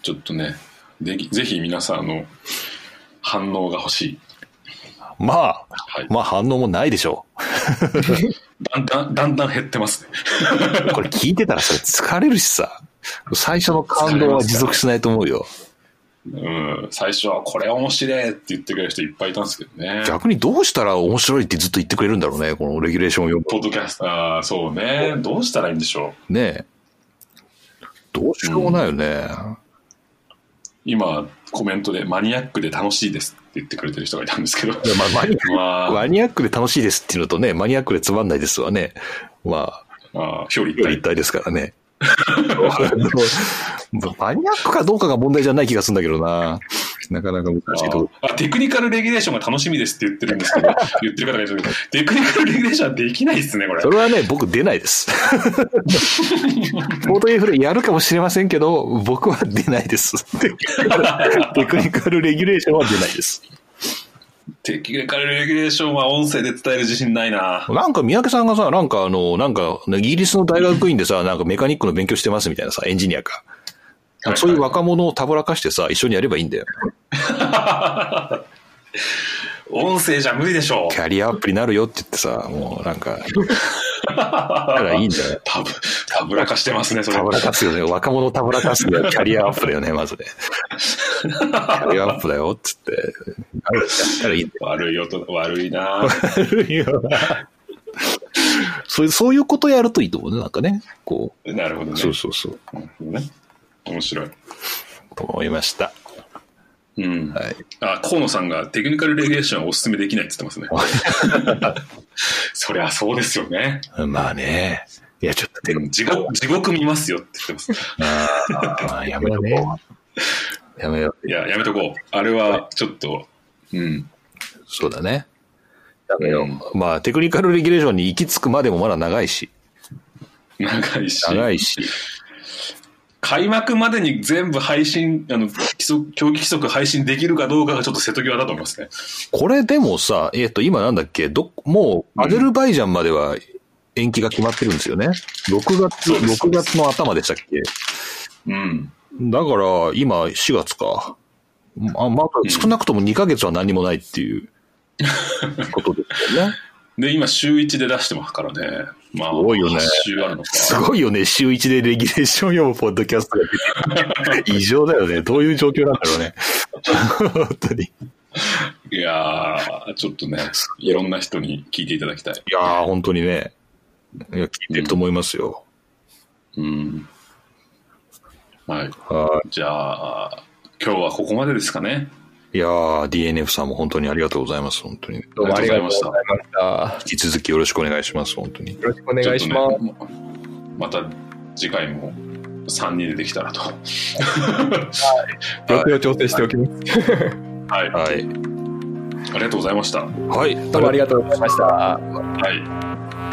Speaker 3: ちょっとね、できぜひ皆さんあの反応が欲しい。
Speaker 2: まあ、
Speaker 3: はい
Speaker 2: まあ反応もないでしょ
Speaker 3: だんだん、だんだん減ってますね。
Speaker 2: う。これ聞いてたらそれ疲れるしさ。最初の感動は持続しないと思うよ。
Speaker 3: うん、最初はこれ面白いって言ってくれる人いっぱいいたんですけどね。
Speaker 2: 逆にどうしたら面白いってずっと言ってくれるんだろうね、このレギュレーションを読
Speaker 3: ポッドキャスト、あーそうね。どうしたらいいんでしょう。
Speaker 2: む。ねえどうしようもないよね。
Speaker 3: 今、コメントでマニアックで楽しいですって言ってくれてる人がいたんですけど。
Speaker 2: いやまあマニ
Speaker 3: まあ
Speaker 2: マニアックで楽しいですっていうのとね、マニアックでつまんないですはね、まあ、
Speaker 3: あー、表裏一
Speaker 2: 一
Speaker 3: 体。 [laughs]
Speaker 2: 体ですからね。マニアックかどうかが問題じゃない気がするんだけどな。なかなか難しいとこ。
Speaker 3: あテクニカルレギュレーションが楽しみですって言ってるんです
Speaker 2: [laughs]
Speaker 3: けど、言ってる方がいるんですけど、テクニカルレギュレーションはできないですね、これ
Speaker 2: そ。れはね、僕出ない
Speaker 3: [laughs]
Speaker 2: です。ポートインフレやるかもしれませんけど、僕は出ないです。
Speaker 3: [laughs]
Speaker 2: テクニカルレギュレーションは出ないです。
Speaker 3: テクニカルレギュレーションは音声で伝える自信ないな。
Speaker 2: なんか三宅さんがさ、なんかあの、なんか、イギリスの大学院でさ、なんかメカニックの勉強してますみたいなさ、エンジニアか。なんかそういう若者をたぶらかしてさ、一緒にやればいいんだよ。
Speaker 3: 音声じゃ無理でしょう
Speaker 2: キ。ャリアアップになるよって言ってさ、もうなん [laughs] か、だからいいんだよ。
Speaker 3: たぶ、たぶらかしてますね、それ
Speaker 2: た。ぶらかすよね。若者をたぶらかすにはキャリアアップだよね、まずね。キャリアアップだよっつって。あるやったらいいんだよ
Speaker 3: 悪い音、悪いな
Speaker 2: [laughs] そうそういうことやるといいと思うね、なんかね。こ
Speaker 3: なるほどね。
Speaker 2: う。そうそうそう。
Speaker 3: なるほどね面白い。
Speaker 2: と思いました。
Speaker 3: うん。
Speaker 2: はい。
Speaker 3: あ、河野さんがテクニカルレギュレーションはお勧めできないって言ってま
Speaker 2: [laughs]
Speaker 3: すね。そりゃそうですよね。
Speaker 2: まあね。いや、ちょっと
Speaker 3: で
Speaker 2: 手が
Speaker 3: も地獄、地獄見ますよって言ってます。
Speaker 2: ああ、やめとこう。やめよう。
Speaker 3: いや、やめとこう。あれは、ちょっと、うん。
Speaker 2: そうだね。やめよう。まあ、テクニカルレギュレーションに行き着くまでもまだ長いし。
Speaker 3: 長いし。
Speaker 2: 長いし。
Speaker 3: 開幕までに全部配信、あの、規則、競技規則配信できるかどうかがちょっと瀬戸際だと思いますね。
Speaker 2: これでもさ、えっ、と、今なんだっけ、ど、もう、アゼルバイジャンまでは延期が決まってるんですよね。6月、
Speaker 3: そうです
Speaker 2: 6月の頭でしたっけ。
Speaker 3: うん。
Speaker 2: だから、今、4月か。あまあ、少なくとも2ヶ月は何もないっていう、ことです [laughs] よね。
Speaker 3: で、今、週1で出してますからね。まあ、
Speaker 2: ごいよね
Speaker 3: 8週あるのか。
Speaker 2: すごいよね。週1でレギュレーション読むポッドキャストが出てる異常だよね。どういう状況なんだろう [laughs] ね。本当に。い
Speaker 3: いやー、ちょっとね、いろんな人に聞いていただきたい。
Speaker 2: やー、本当にね。いや、聞いてると思いますよ。
Speaker 3: うん。はい。
Speaker 2: は
Speaker 3: じゃあ、今日はここまでですかね。
Speaker 2: い。いやー、DNF さんも本当にありがとうございます。本当に。
Speaker 5: どうもありがとうござい
Speaker 3: あ
Speaker 5: ました。よ
Speaker 2: 引き続きよろしくお願いします。本当に。
Speaker 5: ろしくお願いします。
Speaker 3: ちょっとねまた次回も3人でできたらと。
Speaker 5: 予定を調整しておきます。
Speaker 3: はい。あ
Speaker 2: はい。
Speaker 3: りがとうございました。は
Speaker 2: はい。
Speaker 5: どうもありがとうございました。
Speaker 3: い。